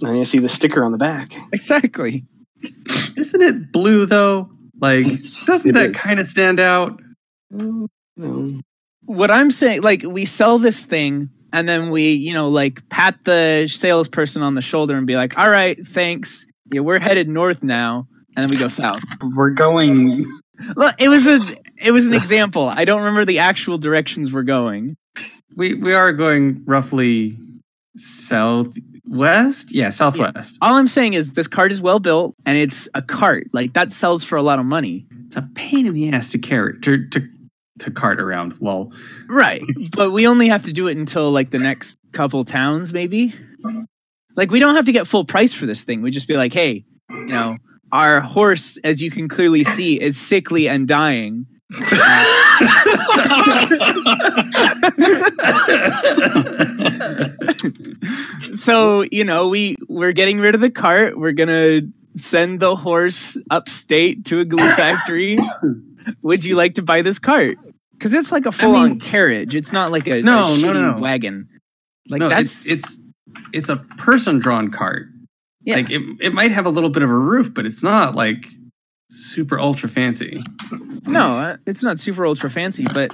Speaker 3: And you see the sticker on the back.
Speaker 6: exactly.
Speaker 4: Isn't it blue though? Like, doesn't
Speaker 1: It
Speaker 4: that
Speaker 1: is.
Speaker 4: kind of stand out?
Speaker 3: Mm, No.
Speaker 6: What I'm saying, like, we sell this thing and then we, you know, like pat the salesperson on the shoulder and be like, all right, thanks. Yeah, we're headed north now. And then we go south.
Speaker 5: We're going
Speaker 6: Look, it was a it was an example. I don't remember the actual directions we're going.
Speaker 4: We we are going roughly southwest. Yeah, southwest.
Speaker 6: All I'm saying is this cart is well built and it's a cart. Like that sells for a lot of money.
Speaker 4: It's a pain in the ass to carry to to to cart around. Lol.
Speaker 6: Right. But we only have to do it until like the next couple towns, maybe. Like we don't have to get full price for this thing. We just be like, hey, you know, our horse, as you can clearly see, is sickly and dying. So, you know, we we're getting rid of the cart. We're gonna send the horse upstate to a glue factory. Would you like to buy this cart? Because it's like a full-on carriage. It's not like a,
Speaker 4: No,
Speaker 6: a
Speaker 4: no,
Speaker 6: shitty
Speaker 4: no.
Speaker 6: wagon. Like
Speaker 4: no,
Speaker 6: that's
Speaker 4: it's, it's it's a person drawn cart.
Speaker 6: Yeah.
Speaker 4: Like it, it might have a little bit of a roof, but it's not like super ultra fancy.
Speaker 6: No, uh, it's not super ultra fancy, but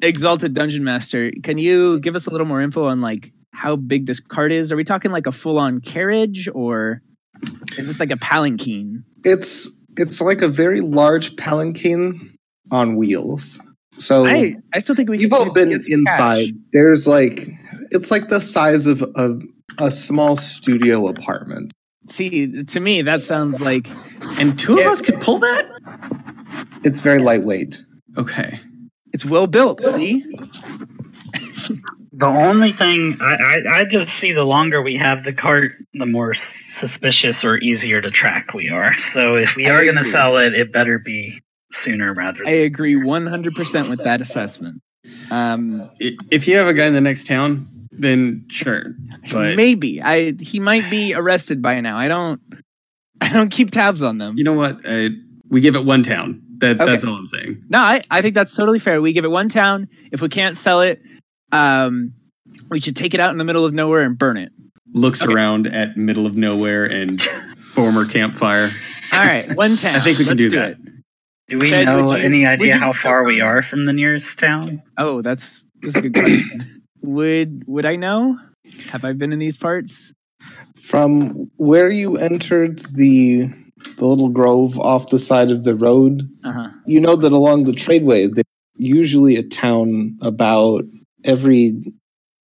Speaker 6: Exalted Dungeon Master, can you give us a little more info on like how big this cart is? Are we talking like a full-on carriage or is this like a palanquin?
Speaker 1: It's it's like a very large palanquin on wheels. So
Speaker 6: I, I still think we
Speaker 1: you've
Speaker 6: can-
Speaker 1: all been
Speaker 6: it's cash.
Speaker 1: inside. There's like it's like the size of, of a small studio apartment.
Speaker 6: See, to me that sounds like
Speaker 4: And two of us could pull that?
Speaker 1: It's very lightweight.
Speaker 4: Okay.
Speaker 6: it's well built, see?
Speaker 5: The only thing I, I, I just see the longer we have the cart, the more s- suspicious or easier to track we are. So if we
Speaker 6: I
Speaker 5: are going to
Speaker 6: agree.
Speaker 5: sell it, it better be sooner rather
Speaker 6: I
Speaker 5: than
Speaker 6: agree 100% with that assessment. Um
Speaker 4: I- If you have a guy in the next town, then sure. But
Speaker 6: maybe I he might be arrested by now. I don't I don't keep tabs on them.
Speaker 4: you know what? Uh, we give it one town. That that's all I'm saying.
Speaker 6: No, I, I think that's totally fair. We give it one town. If we can't sell it, um, we should take it out in the middle of nowhere and burn it.
Speaker 4: Looks around at middle of nowhere and former campfire.
Speaker 6: All right, one town.
Speaker 4: I think we can
Speaker 6: Let's
Speaker 4: do that.
Speaker 6: It.
Speaker 5: Do we
Speaker 6: Ted,
Speaker 5: know
Speaker 6: would you-
Speaker 5: any
Speaker 6: would
Speaker 5: idea
Speaker 6: you-
Speaker 5: how far we are from the nearest town?
Speaker 6: Oh, that's that's a good question. would would I know? Have I been in these parts?
Speaker 1: From where you entered the the little grove off the side of the road,
Speaker 6: Uh huh.
Speaker 1: you know that along the tradeway there's usually a town about every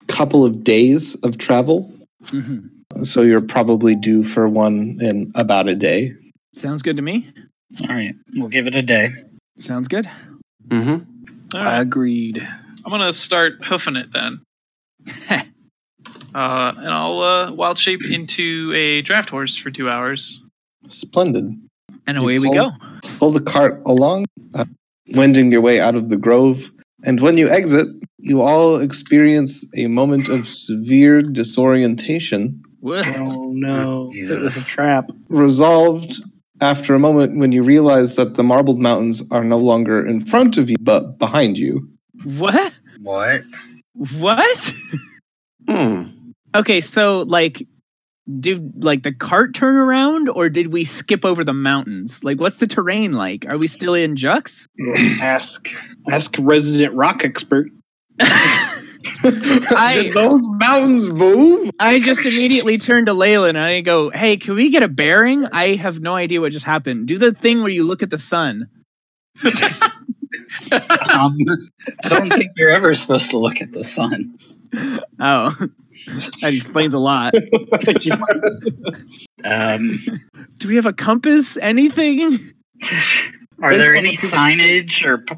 Speaker 1: couple of days of travel.
Speaker 6: hmm
Speaker 1: So you're probably due for one in about a day.
Speaker 6: Sounds good to me.
Speaker 5: All right, we'll give it a day.
Speaker 6: Sounds good.
Speaker 4: Mm-hmm.
Speaker 2: All right.
Speaker 3: Agreed.
Speaker 2: I'm gonna start hoofing it then. Uh, and I'll uh, wild shape into a draft horse for two hours.
Speaker 1: Splendid.
Speaker 6: and
Speaker 1: You
Speaker 6: away we
Speaker 1: pull-
Speaker 6: go.
Speaker 1: Pull the cart along, uh, wending your way out of the grove. And when you exit, you all experience a moment of severe disorientation,
Speaker 6: Whoa.
Speaker 3: Oh no, it was a
Speaker 5: Jesus.
Speaker 3: trap.
Speaker 1: resolved after a moment when you realize that the marbled mountains are no longer in front of you, but behind you.
Speaker 6: What?
Speaker 5: What?
Speaker 6: What?
Speaker 4: Hmm.
Speaker 6: Okay, so like did like the cart turn around or did we skip over the mountains? Like what's the terrain like? Are we still in Jux?
Speaker 3: Ask, ask resident rock expert.
Speaker 1: Did those mountains move?
Speaker 6: I just immediately turned to Layla and I go, "Hey, can we get a bearing? I have no idea what just happened. Do the thing where you look at the sun."
Speaker 5: Um, I don't think you're ever supposed to look at the sun.
Speaker 6: Oh. that explains a lot.
Speaker 5: Um,
Speaker 6: Do we have a compass? Anything?
Speaker 5: are
Speaker 1: Based
Speaker 5: there
Speaker 1: on the
Speaker 5: any signage or p-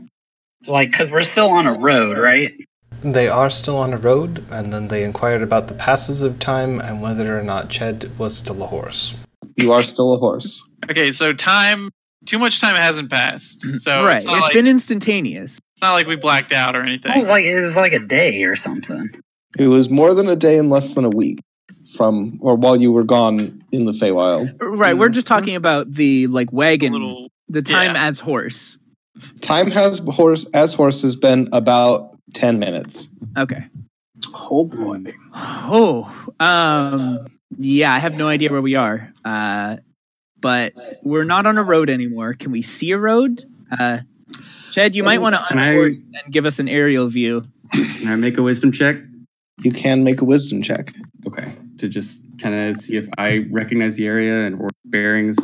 Speaker 5: like? Because we're still on a road, right?
Speaker 7: They are still on a road, and then they inquired about the passes of time and whether or not Ched was still a horse.
Speaker 1: You are still a horse.
Speaker 2: Okay, so time. Too much time hasn't passed, so
Speaker 6: Mm-hmm. right.
Speaker 2: it's,
Speaker 6: It's
Speaker 2: not like,
Speaker 6: been instantaneous.
Speaker 2: it's not like we blacked out or
Speaker 5: It
Speaker 2: anything.
Speaker 5: was like it was like a day or something.
Speaker 1: It was more than a day and less than a week from, or while you were gone in the Feywild.
Speaker 6: Right, we're just talking about the like wagon,
Speaker 2: little
Speaker 6: the time
Speaker 2: yeah.
Speaker 6: as horse.
Speaker 1: Time has horse as horse has been about ten minutes.
Speaker 6: Okay.
Speaker 3: Oh boy.
Speaker 6: Oh, um, yeah, I have no idea where we are. Uh, but we're not on a road anymore. Can we see a road? Uh, Chad, you might want to
Speaker 4: Oh, Can I-
Speaker 6: unhorse and give us an aerial view.
Speaker 4: Can I make a wisdom check?
Speaker 1: You can make a wisdom check.
Speaker 4: Okay. To just kind of see if I recognize the area and or bearings.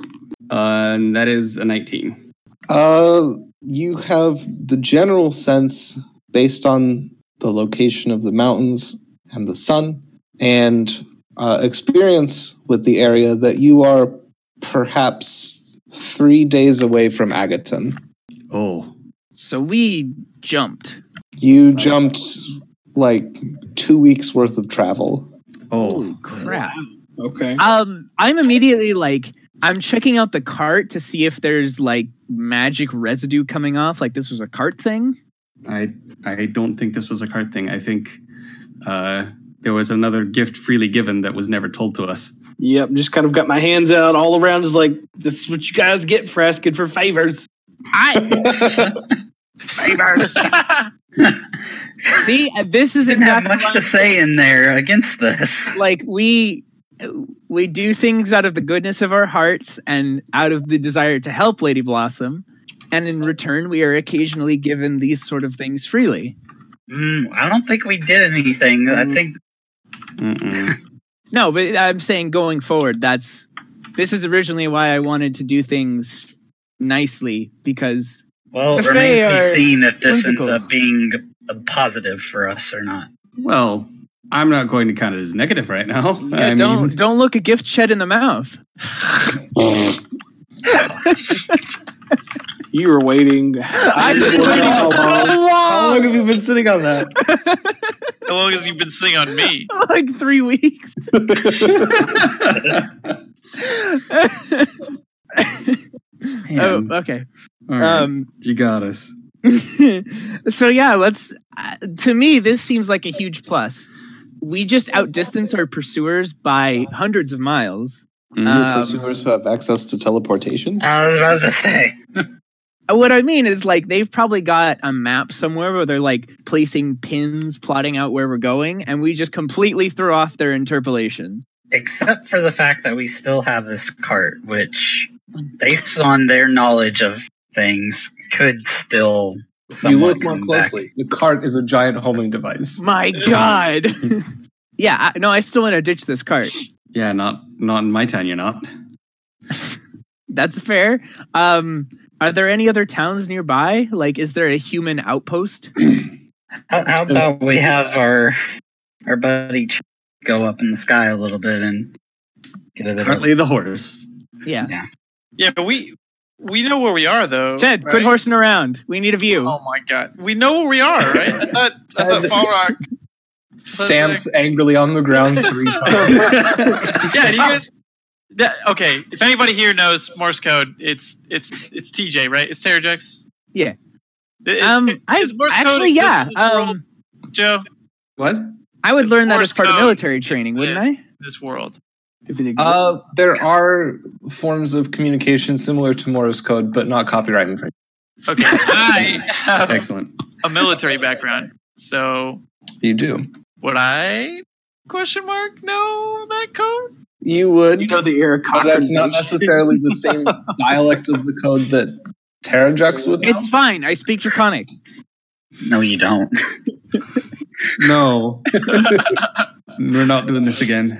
Speaker 4: Uh, and that is a 19.
Speaker 1: Uh, you have the general sense based on the location of the mountains and the sun and uh, experience with the area that you are perhaps three days away from Agaton.
Speaker 4: Oh,
Speaker 6: So we jumped.
Speaker 1: You jumped like two weeks worth of travel.
Speaker 4: Oh,
Speaker 6: Holy crap.
Speaker 3: Okay.
Speaker 6: Um, I'm immediately like, I'm checking out the cart to see if there's like magic residue coming off. Like this was a cart thing.
Speaker 4: I I don't think this was a card thing. I think uh, there was another gift freely given that was never told to us.
Speaker 3: Yep, just kind of got my hands out all around, just like, this is what you guys get for asking for favors.
Speaker 6: I
Speaker 5: Favors.
Speaker 6: see. uh, This is
Speaker 5: Didn't have
Speaker 6: exactly
Speaker 5: much to say in there against this.
Speaker 6: like we we do things out of the goodness of our hearts and out of the desire to help Lady Blossom, and in return, we are occasionally given these sort of things freely.
Speaker 5: Mm, I don't think we did anything. I
Speaker 3: Mm.
Speaker 5: think
Speaker 4: Mm-mm.
Speaker 6: No, but I'm saying going forward, that's this is originally why I wanted to do things nicely because
Speaker 5: well,
Speaker 6: The
Speaker 5: it remains
Speaker 6: Fae
Speaker 5: to
Speaker 6: are
Speaker 5: be seen if this
Speaker 6: whimsical.
Speaker 5: ends up being a positive for us or not.
Speaker 4: Well, I'm not going to count it as negative right now.
Speaker 6: Yeah,
Speaker 4: I
Speaker 6: don't
Speaker 4: mean,
Speaker 6: don't look a gift shed in the mouth.
Speaker 3: You were waiting.
Speaker 6: I've been waiting
Speaker 3: How
Speaker 6: so
Speaker 3: long?
Speaker 1: How
Speaker 6: long,
Speaker 1: long have you been sitting on that?
Speaker 2: How long has you been sitting on me?
Speaker 6: like three weeks.
Speaker 4: Man.
Speaker 6: Oh, okay.
Speaker 4: All right.
Speaker 6: Um,
Speaker 4: you got us.
Speaker 6: so yeah, let's. Uh, to me, this seems like a huge plus. We just outdistance our pursuers by hundreds of miles.
Speaker 4: Mm-hmm.
Speaker 1: Your
Speaker 6: Um,
Speaker 1: pursuers who have access to teleportation.
Speaker 5: Uh, I was about to say.
Speaker 6: Uh, what I mean is, like, they've probably got a map somewhere where they're like placing pins, plotting out where we're going, and we just completely throw off their interpolation.
Speaker 5: Except for the fact that we still have this cart, which, based on their knowledge of things, could still.
Speaker 1: you
Speaker 5: somewhat
Speaker 1: look more
Speaker 5: come back.
Speaker 1: closely. The cart is a giant homing device.
Speaker 6: My God. yeah, I, no, I still want to ditch this cart.
Speaker 4: Yeah, not not in my town. You're not.
Speaker 6: That's fair. Um, are there any other towns nearby? Like, is there a human outpost?
Speaker 5: How, how about we have our our buddy Ch- go up in the sky a little bit and get a bit of
Speaker 4: Partly the horse.
Speaker 6: Yeah.
Speaker 2: Yeah, but we we know where we are though.
Speaker 6: Chad, quit
Speaker 2: Oh, right?
Speaker 6: horsing around. We need a view.
Speaker 2: Oh my god, we know where we are, right? I thought I thought Fall Rock.
Speaker 1: Stamps angrily on the ground three times.
Speaker 2: Yeah, do you guys. That, okay, if anybody here knows Morse code, it's it's it's TJ, right? It's Terrajex.
Speaker 6: Yeah.
Speaker 2: Is-
Speaker 6: um,
Speaker 2: is
Speaker 6: I
Speaker 2: Morse code
Speaker 6: actually, yeah.
Speaker 2: exist in this world,
Speaker 6: Um,
Speaker 2: Joe,
Speaker 1: What?
Speaker 6: I would
Speaker 2: Is
Speaker 6: learn that
Speaker 2: Morse
Speaker 6: as part of
Speaker 2: code
Speaker 6: military training, wouldn't
Speaker 2: Yes.
Speaker 6: I?
Speaker 2: this world.
Speaker 3: If it exists.
Speaker 1: Uh, there are forms of communication similar to Morse code, but not copyright infringement.
Speaker 2: Okay, I have
Speaker 4: Excellent.
Speaker 2: a military background, so
Speaker 1: You do.
Speaker 2: would I? Question mark? No, that code.
Speaker 1: You would.
Speaker 3: you know the Eric
Speaker 1: but
Speaker 3: Cochran.
Speaker 1: that's not
Speaker 3: thing.
Speaker 1: necessarily the same dialect of the code that Terrajux would know.
Speaker 6: It's fine. I speak Draconic.
Speaker 5: no, you don't.
Speaker 4: No, we're not doing this again.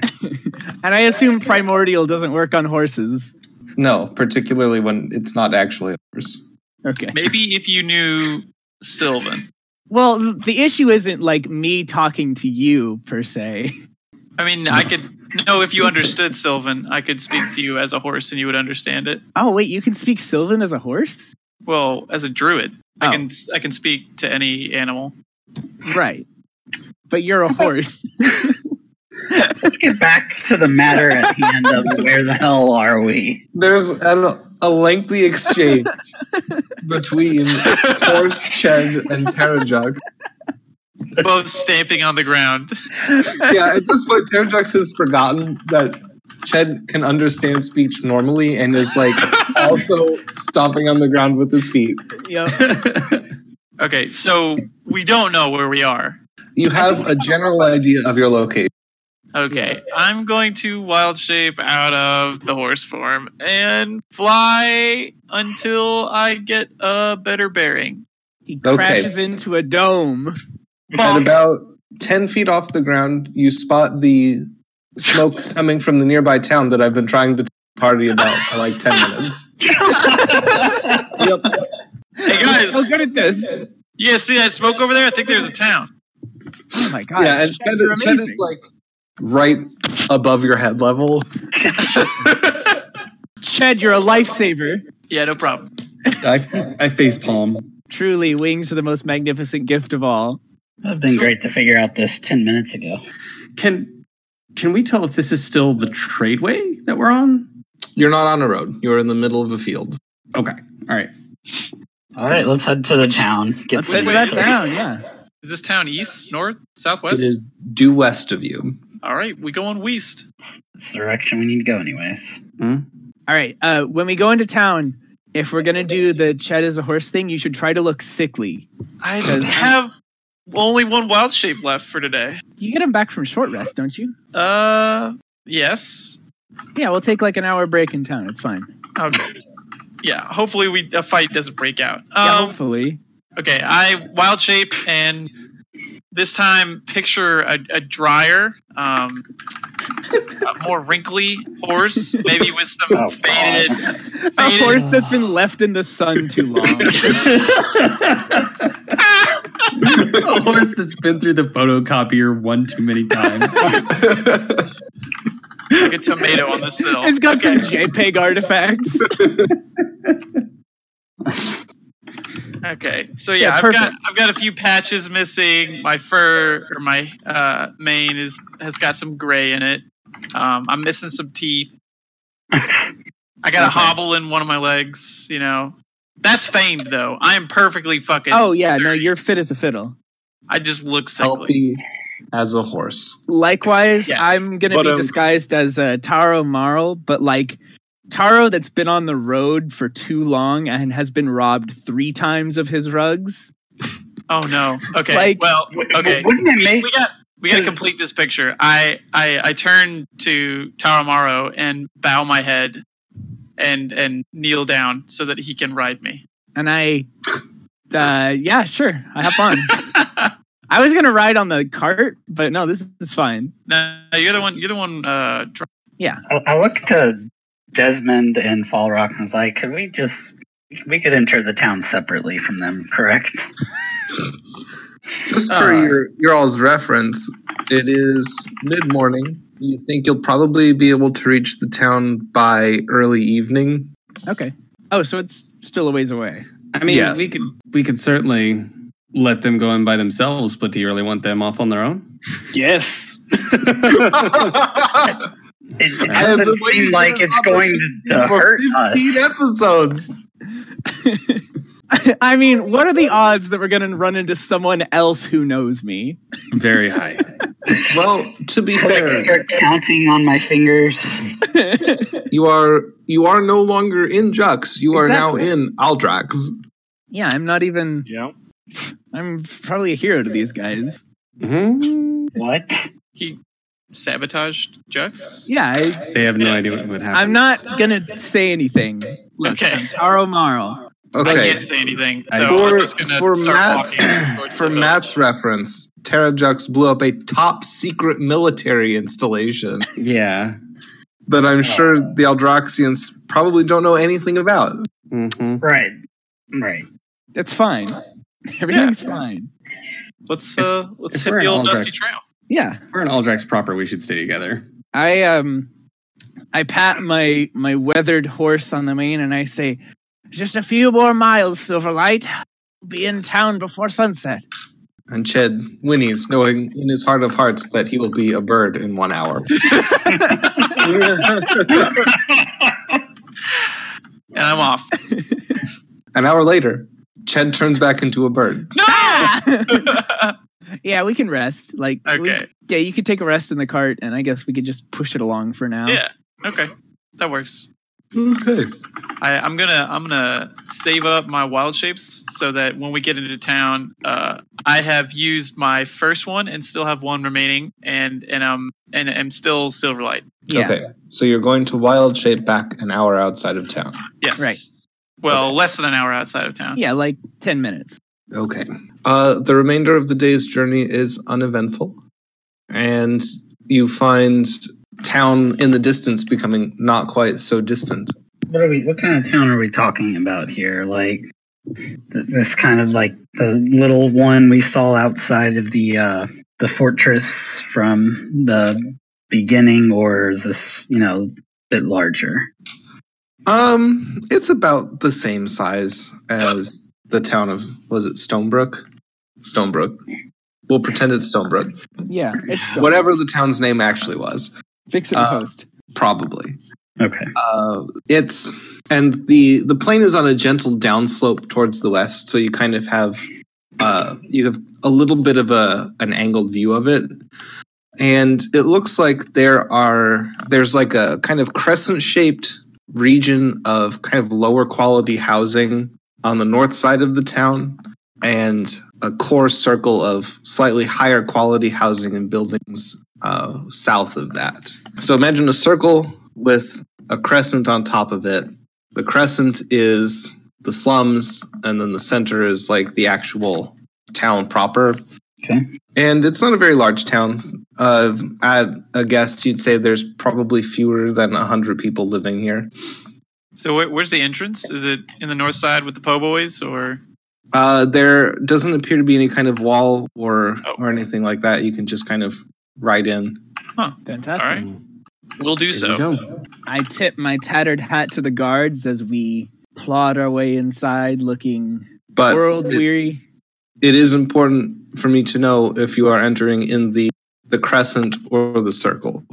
Speaker 6: And I assume Primordial doesn't work on horses.
Speaker 1: no, particularly when it's not actually ours.
Speaker 6: Okay.
Speaker 2: Maybe if you knew Sylvan.
Speaker 6: Well, th- the issue isn't like me talking to you per se.
Speaker 2: I mean, I could no. If you understood Sylvan, I could speak to you as a horse, and you would understand it.
Speaker 6: Oh, wait, you can speak Sylvan as a horse?
Speaker 2: Well, as a druid,
Speaker 6: Oh.
Speaker 2: I can I can speak to any animal.
Speaker 6: Right. But you're a horse.
Speaker 5: Let's get back to the matter at hand of where the hell are we?
Speaker 1: There's an, a lengthy exchange between Horse Ched and Terrajux.
Speaker 2: Both stamping on the ground.
Speaker 1: Yeah, at this point, Terrajux has forgotten that Ched can understand speech normally and is like also stomping on the ground with his feet.
Speaker 6: yep.
Speaker 2: Okay, so we don't know where we are.
Speaker 1: You have a general idea of your location.
Speaker 2: Okay, I'm going to wild shape out of the horse form and fly until I get a better bearing.
Speaker 6: He
Speaker 1: Okay.
Speaker 6: crashes into a dome.
Speaker 1: At
Speaker 2: Bonk.
Speaker 1: about 10 feet off the ground, you spot the smoke coming from the nearby town that I've been trying to party about for like 10 minutes.
Speaker 2: Hey
Speaker 6: I'm so
Speaker 2: guys,
Speaker 6: good at this.
Speaker 2: you guys see that smoke over there? I think there's a town.
Speaker 6: Oh my god.
Speaker 1: yeah, and
Speaker 6: Chad,
Speaker 1: Ched,
Speaker 6: you're
Speaker 1: Ched is
Speaker 6: amazing.
Speaker 1: like right above your head level.
Speaker 6: Chad, you're a lifesaver.
Speaker 2: Yeah, no problem.
Speaker 4: I I face palm.
Speaker 6: Truly, wings are the most magnificent gift of all.
Speaker 5: It would have been
Speaker 4: So-
Speaker 5: great to figure out this 10 minutes ago.
Speaker 4: Can can we tell if this is still the trade way that we're on?
Speaker 1: You're not on a road. You're in the middle of a field.
Speaker 4: Okay. All right.
Speaker 5: All right, let's head to the town. Get
Speaker 6: Let's
Speaker 5: some
Speaker 6: head to that town.
Speaker 5: resources.
Speaker 6: Yeah.
Speaker 2: Is this town east, north, southwest?
Speaker 1: It is due west of you.
Speaker 2: All right, we going west.
Speaker 5: That's the direction we need to go, anyways.
Speaker 6: All right. Uh, when we go into town, if we're gonna do the Chad is a horse thing, you should try to look sickly.
Speaker 2: I have only one wild shape left for today.
Speaker 6: You get him back from short rest, don't you?
Speaker 2: Uh, yes.
Speaker 6: Yeah, we'll take like an hour break in town. It's fine.
Speaker 2: Okay. Yeah. Hopefully, we a fight doesn't break out.
Speaker 6: Yeah,
Speaker 2: Um.
Speaker 6: hopefully.
Speaker 2: Okay. I wild shape and this time picture a, a drier, um, a more wrinkly horse, maybe with some
Speaker 5: Oh, God.
Speaker 2: faded.
Speaker 6: A
Speaker 2: faded
Speaker 6: horse that's been left in the sun too long.
Speaker 4: a horse that's been through the photocopier one too many times.
Speaker 2: like a tomato on the sill.
Speaker 6: it's got
Speaker 2: okay.
Speaker 6: some JPEG artifacts.
Speaker 2: Okay. So
Speaker 6: Yeah,
Speaker 2: yeah, I've
Speaker 6: perfect.
Speaker 2: got I've got a few patches missing. My fur or my uh, mane is has got some gray in it. Um, I'm missing some teeth. I got a hobble in one of my legs. You know, that's feigned though. I am perfectly fucking.
Speaker 6: oh yeah, no, you're fit as a fiddle.
Speaker 2: I just look sickly.
Speaker 1: Healthy as a horse.
Speaker 6: Likewise,
Speaker 2: Yes.
Speaker 6: I'm gonna
Speaker 3: But,
Speaker 6: be
Speaker 3: um,
Speaker 6: disguised as uh, Taro Marl, but like Taro that's been on the road for too long and has been robbed three times of his rugs.
Speaker 2: Oh no. Okay.
Speaker 6: Like-
Speaker 2: well. Okay.
Speaker 5: Wouldn't it
Speaker 2: We,
Speaker 5: make
Speaker 2: we got we got to complete this picture. I I I turn to Taramaro and bow my head, and and kneel down so that he can ride me.
Speaker 6: And I, uh, yeah, sure, I hop on. I was gonna ride on the cart, but no, this is fine.
Speaker 2: No, no, you're the one. You're the one. Uh, dr-
Speaker 5: I, I looked to Desmond and Fall Rock and was like, could we just. We could enter the town separately from them, correct?
Speaker 1: Just for your, your all's reference, it is mid morning. You think you'll probably be able to reach the town by early evening.
Speaker 6: Okay. Oh, so it's still a ways away.
Speaker 4: I mean,
Speaker 1: Yes.
Speaker 4: we could we could certainly let them go in by themselves, but do you really want them off on their own?
Speaker 3: Yes.
Speaker 1: I
Speaker 5: It, it
Speaker 4: I
Speaker 1: have been
Speaker 5: doesn't
Speaker 1: waiting for
Speaker 5: seem like
Speaker 1: this
Speaker 5: it's going to, to hurt us.
Speaker 1: episodes.
Speaker 6: I mean, what are the odds that we're gonna run into someone else who knows me?
Speaker 4: Very high.
Speaker 1: Well, to be
Speaker 5: Click,
Speaker 1: fair,
Speaker 5: start counting on my fingers.
Speaker 1: you are you are no longer in Jux. You are
Speaker 6: Exactly.
Speaker 1: now in Aldrax.
Speaker 6: Yeah, I'm not even.
Speaker 3: Yeah.
Speaker 6: I'm probably a hero to these guys.
Speaker 4: Mhm.
Speaker 5: What?
Speaker 2: he sabotaged Jux.
Speaker 6: Yeah, I,
Speaker 4: They have no idea what would happen.
Speaker 6: I'm not gonna say anything. Look,
Speaker 2: Okay.
Speaker 6: I'm Taro Marl.
Speaker 2: I
Speaker 1: Okay.
Speaker 2: can't say anything.
Speaker 4: I-
Speaker 2: So
Speaker 1: For-
Speaker 2: I'm just Oh, gonna
Speaker 1: for
Speaker 2: start
Speaker 1: Matt's-
Speaker 2: walking towards
Speaker 1: For
Speaker 2: the
Speaker 1: Matt's
Speaker 2: village.
Speaker 1: reference, Terra Jux blew up a top secret military installation
Speaker 4: Yeah.
Speaker 1: that I'm sure
Speaker 2: Oh.
Speaker 1: the Aldraxians probably don't know anything about.
Speaker 4: hmm
Speaker 5: Right. Right.
Speaker 6: That's fine. Everything's fine.
Speaker 2: let's uh, let's
Speaker 4: if
Speaker 2: hit
Speaker 4: we're
Speaker 2: the
Speaker 4: in
Speaker 2: old
Speaker 4: Aldrich-
Speaker 2: dusty trail.
Speaker 6: Yeah,
Speaker 4: If we're an Aldrax proper, we should stay together.
Speaker 6: I um, I pat my my weathered horse on the mane and I say, "Just a few more miles, Silverlight. Be in town before sunset."
Speaker 1: And Ched whinnies, knowing in his heart of hearts that he will be a bird in one hour.
Speaker 2: And I'm off.
Speaker 1: An hour later, Ched turns back into a bird.
Speaker 6: yeah, we can rest. Like, we-
Speaker 2: okay.
Speaker 6: yeah, you could take a rest in the cart, and I guess we could just push it along for now.
Speaker 2: Yeah. Okay. That works.
Speaker 1: Okay.
Speaker 2: I, I'm gonna I'm gonna save up my wild shapes so that when we get into town, uh, I have used my first one and still have one remaining, and and um and am still Silverlight.
Speaker 6: Yeah.
Speaker 1: Okay. So you're going to wild shape back an hour outside of town.
Speaker 2: Yes.
Speaker 6: Right.
Speaker 2: Well, less than an hour outside of town.
Speaker 6: Yeah, like ten minutes.
Speaker 1: Okay. Uh, the remainder of the day's journey is uneventful, and you find town in the distance becoming not quite so distant.
Speaker 5: What are we? What kind of town are we talking about here? Like th- this kind of like the little one we saw outside of the uh, the fortress from the beginning, or is this you know a bit larger?
Speaker 1: Um, it's about the same size as the town of was it Stonebrook? Stonebrook. We'll pretend it's Stonebrook.
Speaker 6: Yeah, it's still
Speaker 1: Whatever the town's name actually was,
Speaker 6: Fix it in
Speaker 1: uh,
Speaker 6: post.
Speaker 1: probably.
Speaker 5: Okay.
Speaker 1: Uh, it's and the the plane is on a gentle downslope towards the west, so you kind of have uh, you have a little bit of a an angled view of it, and it looks like there are there's like a kind of crescent shaped region of kind of lower quality housing on the north side of the town and a core circle of slightly higher quality housing and buildings uh, south of that so imagine a circle with a crescent on top of it. The crescent is the slums, and then the center is like the actual town proper.
Speaker 5: Okay.
Speaker 1: And it's not a very large town. Uh, at a guess, you'd say there's probably fewer than 100 people living here.
Speaker 2: So where, where's the entrance? Is it in the north side with the po' boys, or
Speaker 1: Uh, there doesn't appear to be any kind of wall or,
Speaker 2: Oh.
Speaker 1: or anything like that. You can just kind of ride in.
Speaker 6: Fantastic.
Speaker 2: All right. we'll do
Speaker 4: There
Speaker 2: so?
Speaker 4: we go.
Speaker 6: I tip my tattered hat to the guards as we plod our way inside, looking
Speaker 1: But
Speaker 6: world
Speaker 1: it-
Speaker 6: weary.
Speaker 1: it is important for me to know if you are entering in the, the crescent or the circle.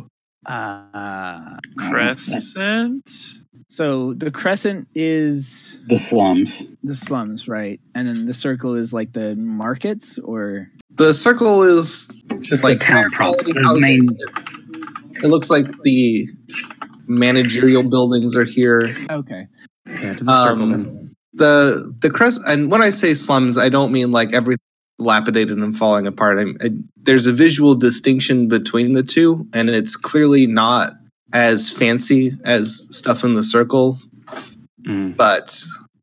Speaker 6: Uh,
Speaker 2: Crescent.
Speaker 6: Mm-hmm. so the crescent is
Speaker 5: The slums.
Speaker 6: the slums, right? And then the circle is like the markets, or
Speaker 1: The circle is
Speaker 5: Just
Speaker 1: like
Speaker 5: the town proper.
Speaker 1: quality
Speaker 5: The
Speaker 1: housing.
Speaker 5: main
Speaker 1: It looks like the managerial buildings are here.
Speaker 6: okay,
Speaker 4: Yeah, to the circle
Speaker 1: Um,
Speaker 4: then.
Speaker 1: The the crest, and when I say slums, I don't mean like everything dilapidated and falling apart. I, I, there's a visual distinction between the two, and it's clearly not as fancy as stuff in the circle,
Speaker 4: Mm.
Speaker 1: but.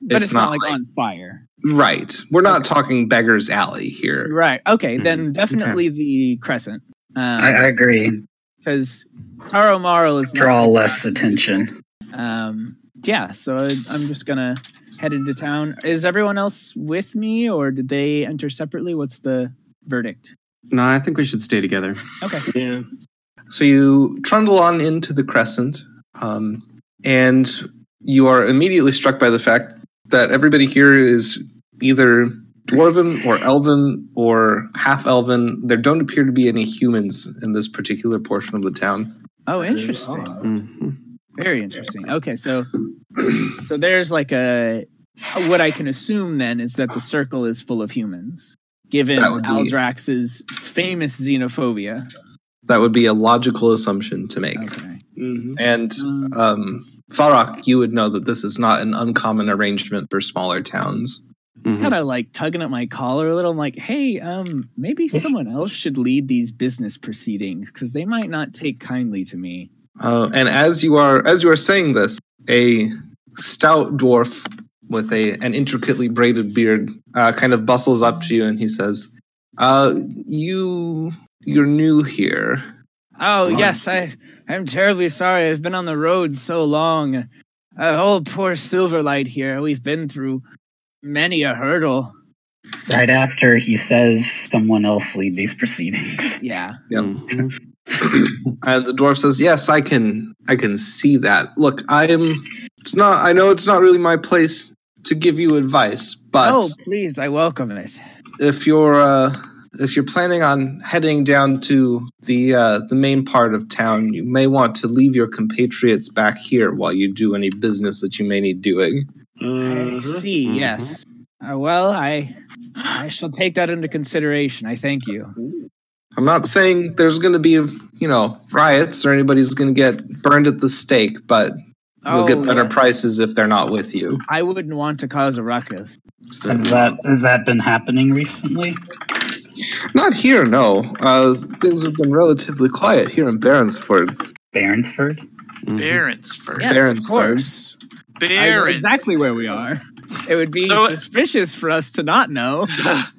Speaker 6: but
Speaker 1: It's
Speaker 6: it's, not,
Speaker 1: not
Speaker 6: like,
Speaker 1: like-
Speaker 6: on fire,
Speaker 1: Right. We're not talking beggars alley here.
Speaker 6: right? Okay,
Speaker 4: Mhm.
Speaker 6: then definitely the crescent,
Speaker 5: Hmm. I, I agree.
Speaker 6: because Taro Maro is
Speaker 5: Draw less attention.
Speaker 6: Um, yeah, so I, I'm just gonna head into town. Is everyone else with me, or did they enter separately? What's the verdict?
Speaker 4: No, I think we should stay together.
Speaker 6: Okay,
Speaker 3: Yeah.
Speaker 1: So you trundle on into the crescent, um, and you are immediately struck by the fact that everybody here is either dwarven or elven or half elven. There don't appear to be any humans in this particular portion of the town.
Speaker 6: Oh, interesting.
Speaker 4: Mhm.
Speaker 6: Very interesting. Okay, so so there's like a what I can assume then is that the circle is full of humans, given
Speaker 1: That would be-
Speaker 6: Aldrax's famous xenophobia.
Speaker 1: That would be a logical assumption to make.
Speaker 6: Okay.
Speaker 3: hmm
Speaker 1: And
Speaker 6: Um,
Speaker 1: um, Farok, you would know that this is not an uncommon arrangement for smaller towns.
Speaker 4: Mhm.
Speaker 6: kind of like tugging at my collar a little. I'm like, hey, um, maybe someone else should lead these business proceedings because they might not take kindly to me.
Speaker 1: Uh, and as you are as you are saying this, a stout dwarf with a an intricately braided beard uh, kind of bustles up to you and he says, uh, "You you're new here.
Speaker 6: Oh
Speaker 4: Right.
Speaker 6: yes, I I'm terribly sorry. I've been on the road so long. Uh, oh, poor Silverlight here. We've been through many a hurdle.
Speaker 5: Right after he says someone else lead these proceedings.
Speaker 6: Yeah.
Speaker 1: Yep.
Speaker 4: Mhm.
Speaker 1: And the dwarf says, "Yes, I can I can see that. Look, I'm it's not I know it's not really my place to give you advice, but
Speaker 6: oh, please, I welcome it.
Speaker 1: if you're uh, if you're planning on heading down to the uh, the main part of town, you may want to leave your compatriots back here while you do any business that you may need doing.
Speaker 3: Mm-hmm, Uh,
Speaker 6: I see.
Speaker 4: Mhm.
Speaker 6: Yes. Uh, well, I I shall take that into consideration. I thank you.
Speaker 1: I'm not saying there's going to be you know riots or anybody's going to get burned at the stake, but you'll
Speaker 6: Oh,
Speaker 1: get better
Speaker 6: yes.
Speaker 1: prices if they're not with you.
Speaker 6: I wouldn't want to cause a ruckus.
Speaker 5: Has that has that been happening recently?
Speaker 1: Not here, no. Uh, things have been relatively quiet here in Barentsford.
Speaker 5: Bairnsford?
Speaker 4: Mhm.
Speaker 2: Barentsford.
Speaker 6: Yes,
Speaker 1: Baron's
Speaker 6: of course. I know
Speaker 2: Barons.
Speaker 6: exactly where we are. It would be
Speaker 2: So-
Speaker 6: suspicious for us to not know.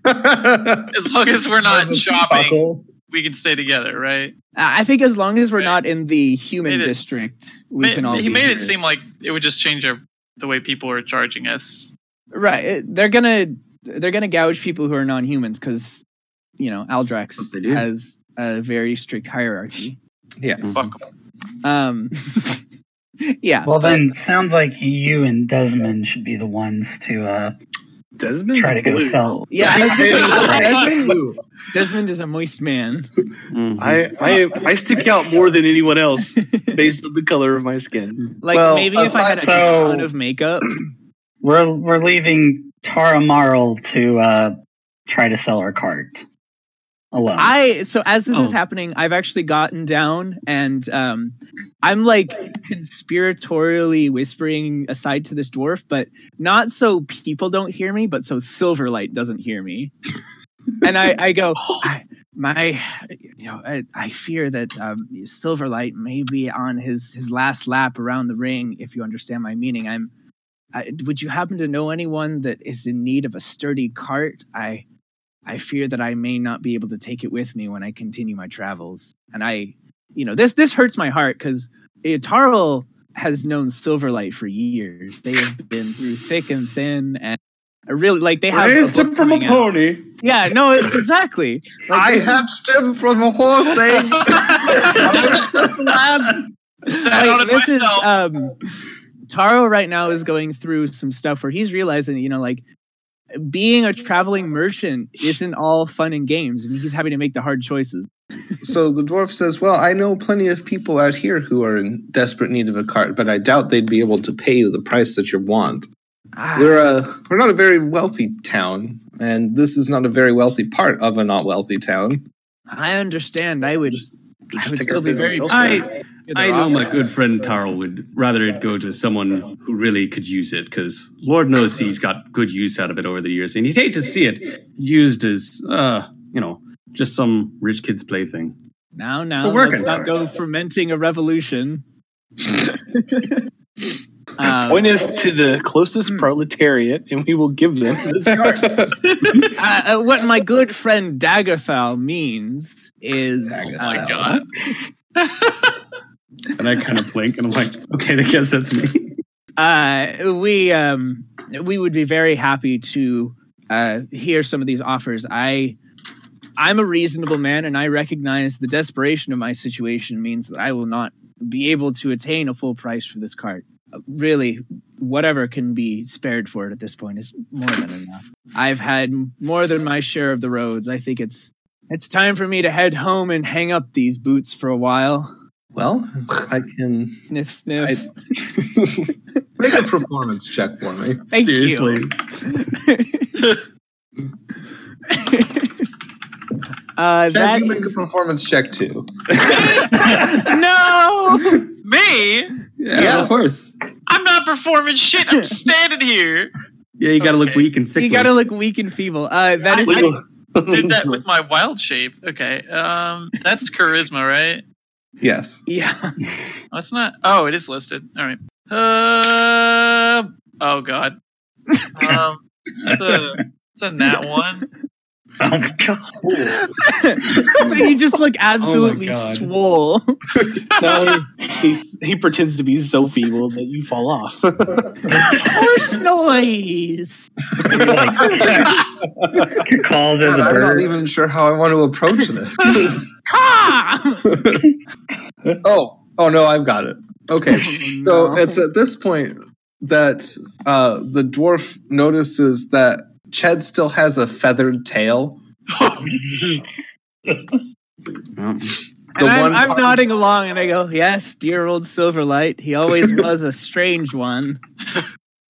Speaker 2: as long as we're not shopping, we can stay together, right?
Speaker 6: I I think as long as we're not in the human
Speaker 2: Made it-
Speaker 6: district, we
Speaker 2: Ma-
Speaker 6: can all.
Speaker 2: he
Speaker 6: be
Speaker 2: made
Speaker 6: here.
Speaker 2: it seem like it would just change our, the way people are charging us.
Speaker 6: right. it- They're gonna they're gonna gouge people who are non-humans because you know Aldrax
Speaker 4: What they do.
Speaker 6: has a very strict hierarchy.
Speaker 1: Yes.
Speaker 2: Fuck.
Speaker 6: Um, yeah.
Speaker 5: Well
Speaker 6: but-
Speaker 5: then sounds like you and Desmond should be the ones to uh
Speaker 3: Desmond's
Speaker 5: Try to go
Speaker 3: blue.
Speaker 5: sell.
Speaker 6: Yeah, Desmond, Desmond,
Speaker 3: Blue.
Speaker 6: Desmond is a moist man.
Speaker 4: Mm-hmm.
Speaker 3: I, I I stick out more than anyone else based on the color of my skin.
Speaker 6: Like
Speaker 1: Well,
Speaker 6: maybe if I had
Speaker 5: aside
Speaker 6: a
Speaker 5: from-
Speaker 6: ton of makeup,
Speaker 5: We're we're leaving Tara Marl to uh, try to sell her cart alone.
Speaker 6: I so as this is
Speaker 4: Oh.
Speaker 6: happening, I've actually gotten down and um, I'm like conspiratorially whispering aside to this dwarf, but not so people don't hear me, but so Silverlight doesn't hear me. and I, I go, I, my, you know, I, I fear that um, Silverlight may be on his his last lap around the ring. If you understand my meaning, I'm. I, would you happen to know anyone that is in need of a sturdy cart? I. I fear that I may not be able to take it with me when I continue my travels. And I, you know, this this hurts my heart because Tarl has known Silverlight for years. They have been through thick and thin, and I really like they have.
Speaker 4: Raised
Speaker 6: book
Speaker 4: him from a
Speaker 6: coming out.
Speaker 4: pony.
Speaker 6: Yeah, no, it- exactly.
Speaker 1: I hatched him from a horse, eh? I was just a lad.
Speaker 2: Sat on
Speaker 6: Like,
Speaker 2: it
Speaker 6: this is
Speaker 2: myself.
Speaker 6: um, Taro right now is going through some stuff where he's realizing, you know, like being a traveling merchant isn't all fun and games, and he's having to make the hard choices.
Speaker 1: So the dwarf says, Well, I know plenty of people out here who are in desperate need of a cart, but I doubt they'd be able to pay you the price that you want.
Speaker 6: Ah,
Speaker 1: We're, uh, we're not a very wealthy town, and this is not a very wealthy part of a not wealthy town.
Speaker 6: I understand. I would. I would
Speaker 3: take
Speaker 6: still
Speaker 3: our
Speaker 6: be
Speaker 3: business
Speaker 6: very.
Speaker 3: elsewhere.
Speaker 4: I I know my good friend Tarl would rather it go to someone who really could use it because Lord knows he's got good use out of it over the years, and he'd hate to see it used as uh you know just some rich kid's plaything.
Speaker 6: Now, now,
Speaker 4: a work
Speaker 6: let's
Speaker 4: in
Speaker 6: not go fermenting a revolution.
Speaker 5: Hmm.
Speaker 6: um,
Speaker 3: Point us to the closest proletariat, and we will give them this cart.
Speaker 6: uh, uh, what my good friend Daggerthal means is.
Speaker 1: Daggerthal.
Speaker 2: oh my
Speaker 6: uh,
Speaker 2: god.
Speaker 4: And I kind of blink and I'm like, okay, I guess that's me.
Speaker 6: uh, we um, we would be very happy to uh, hear some of these offers. I I'm a reasonable man, and I recognize the desperation of my situation means that I will not be able to attain a full price for this cart. Uh, Really, whatever can be spared for it at this point is more than enough. I've had more than my share of the roads. I think it's it's time for me to head home and hang up these boots for a while.
Speaker 1: Well, I can
Speaker 6: Sniff, sniff.
Speaker 1: make a performance check for me.
Speaker 6: Thank you.
Speaker 4: Seriously.
Speaker 6: uh,
Speaker 1: Chad,
Speaker 6: that
Speaker 1: you make a
Speaker 6: is,
Speaker 1: performance check too.
Speaker 6: no.
Speaker 2: Me?
Speaker 4: Yeah,
Speaker 1: Yeah.
Speaker 4: of course.
Speaker 2: I'm not performing shit. I'm standing here.
Speaker 4: Yeah, you gotta look
Speaker 2: Okay.
Speaker 4: weak and sick.
Speaker 6: You gotta look weak and feeble. Uh, that
Speaker 2: I-
Speaker 6: is
Speaker 2: I Did that
Speaker 3: Legal.
Speaker 2: with my wild shape. Okay. Um, that's charisma, right?
Speaker 1: Yes.
Speaker 6: yeah.
Speaker 2: That's not. Oh, it is listed. All right. Uh, oh god. Um, it's a, it's a nat one.
Speaker 5: Oh, God.
Speaker 6: so you just look absolutely
Speaker 4: God.
Speaker 6: swole.
Speaker 3: No, he, he pretends to be so feeble that you fall off.
Speaker 6: Horse noise.
Speaker 5: You're like, you're called as a
Speaker 1: I'm not
Speaker 5: bird.
Speaker 1: even sure how I want to approach this.
Speaker 6: Ha!
Speaker 1: oh, oh no, I've got it. Okay. So
Speaker 6: Oh, No.
Speaker 1: it's at this point that uh, the dwarf notices that Ched still has a feathered tail.
Speaker 6: And
Speaker 1: the
Speaker 6: I'm,
Speaker 1: one
Speaker 6: I'm
Speaker 1: part-
Speaker 6: nodding along, and I go, "Yes, dear old Silverlight. He always was a strange one.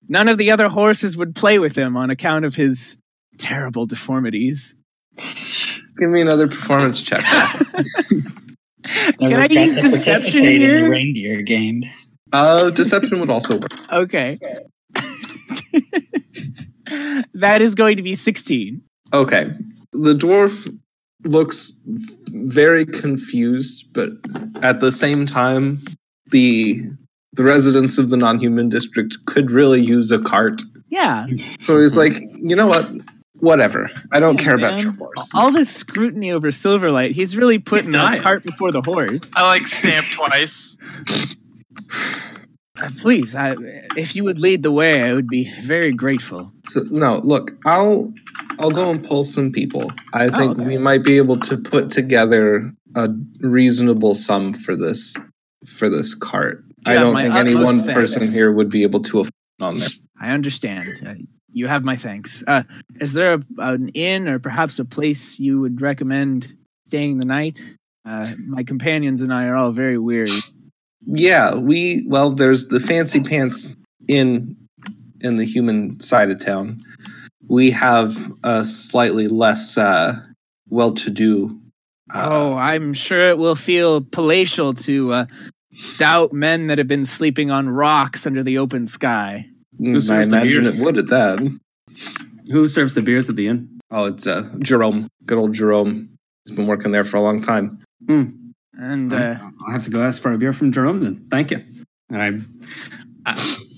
Speaker 6: None of the other horses would play with him on account of his terrible deformities."
Speaker 1: Give me another performance check.
Speaker 5: Never
Speaker 6: Can I
Speaker 5: got
Speaker 6: use
Speaker 5: to
Speaker 6: deception
Speaker 5: participate in
Speaker 6: here?
Speaker 5: the reindeer games.
Speaker 1: Uh, deception would also work.
Speaker 6: Okay. that is going to be 16.
Speaker 1: Okay. The dwarf looks very confused, but at the same time, the the residents of the non-human district could really use a cart.
Speaker 6: Yeah.
Speaker 1: So he's like, you know what? Whatever. I don't
Speaker 6: Yeah,
Speaker 1: care
Speaker 6: man.
Speaker 1: about your horse.
Speaker 6: All this scrutiny over Silverlight, he's really putting the
Speaker 4: dying.
Speaker 6: cart before the horse.
Speaker 2: I like stamp twice.
Speaker 6: Uh, please, I, if you would lead the way, I would be very grateful.
Speaker 1: So, no, look, I'll I'll go and pull some people. I think
Speaker 6: Oh, okay.
Speaker 1: we might be able to put together a reasonable sum for this for this cart. I
Speaker 6: Yeah,
Speaker 1: don't
Speaker 6: my
Speaker 1: think any
Speaker 6: utmost
Speaker 1: one
Speaker 6: thanks.
Speaker 1: person here would be able to afford on there.
Speaker 6: I understand. Uh, You have my thanks. Uh, is there a, an inn or perhaps a place you would recommend staying the night? Uh, my companions and I are all very weary.
Speaker 1: Yeah, we well, there's the fancy pants in in the human side of town. We have a slightly less uh, well-to-do. Uh,
Speaker 6: oh, I'm sure it will feel palatial to uh, stout men that have been sleeping on rocks under the open sky.
Speaker 4: who
Speaker 1: I
Speaker 4: serves the
Speaker 1: imagine
Speaker 4: beers?
Speaker 1: it would at that.
Speaker 4: Who serves the beers at the inn?
Speaker 1: Oh, it's uh, Jerome, good old Jerome. He's been working there for a long time.
Speaker 6: And uh,
Speaker 4: I- I'll have to go ask for a beer from Jerome then. Thank you. And I'm, I,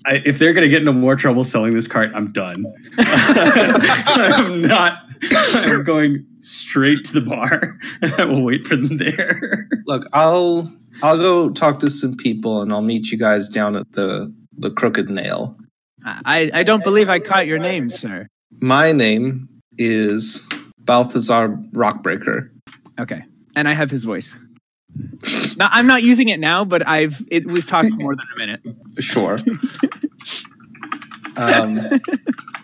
Speaker 4: I, if they're going to get into more trouble selling this cart, I'm done. I'm not. I'm going straight to the bar, and I will wait for them there.
Speaker 1: Look, I'll I'll go talk to some people, and I'll meet you guys down at the the Crooked Nail.
Speaker 6: I, I don't believe I caught your name, sir.
Speaker 1: My name is Balthazar Rockbreaker.
Speaker 6: Okay, and I have his voice. No, I'm not using it now, but I've it, we've talked for more than a minute.
Speaker 1: Sure. um,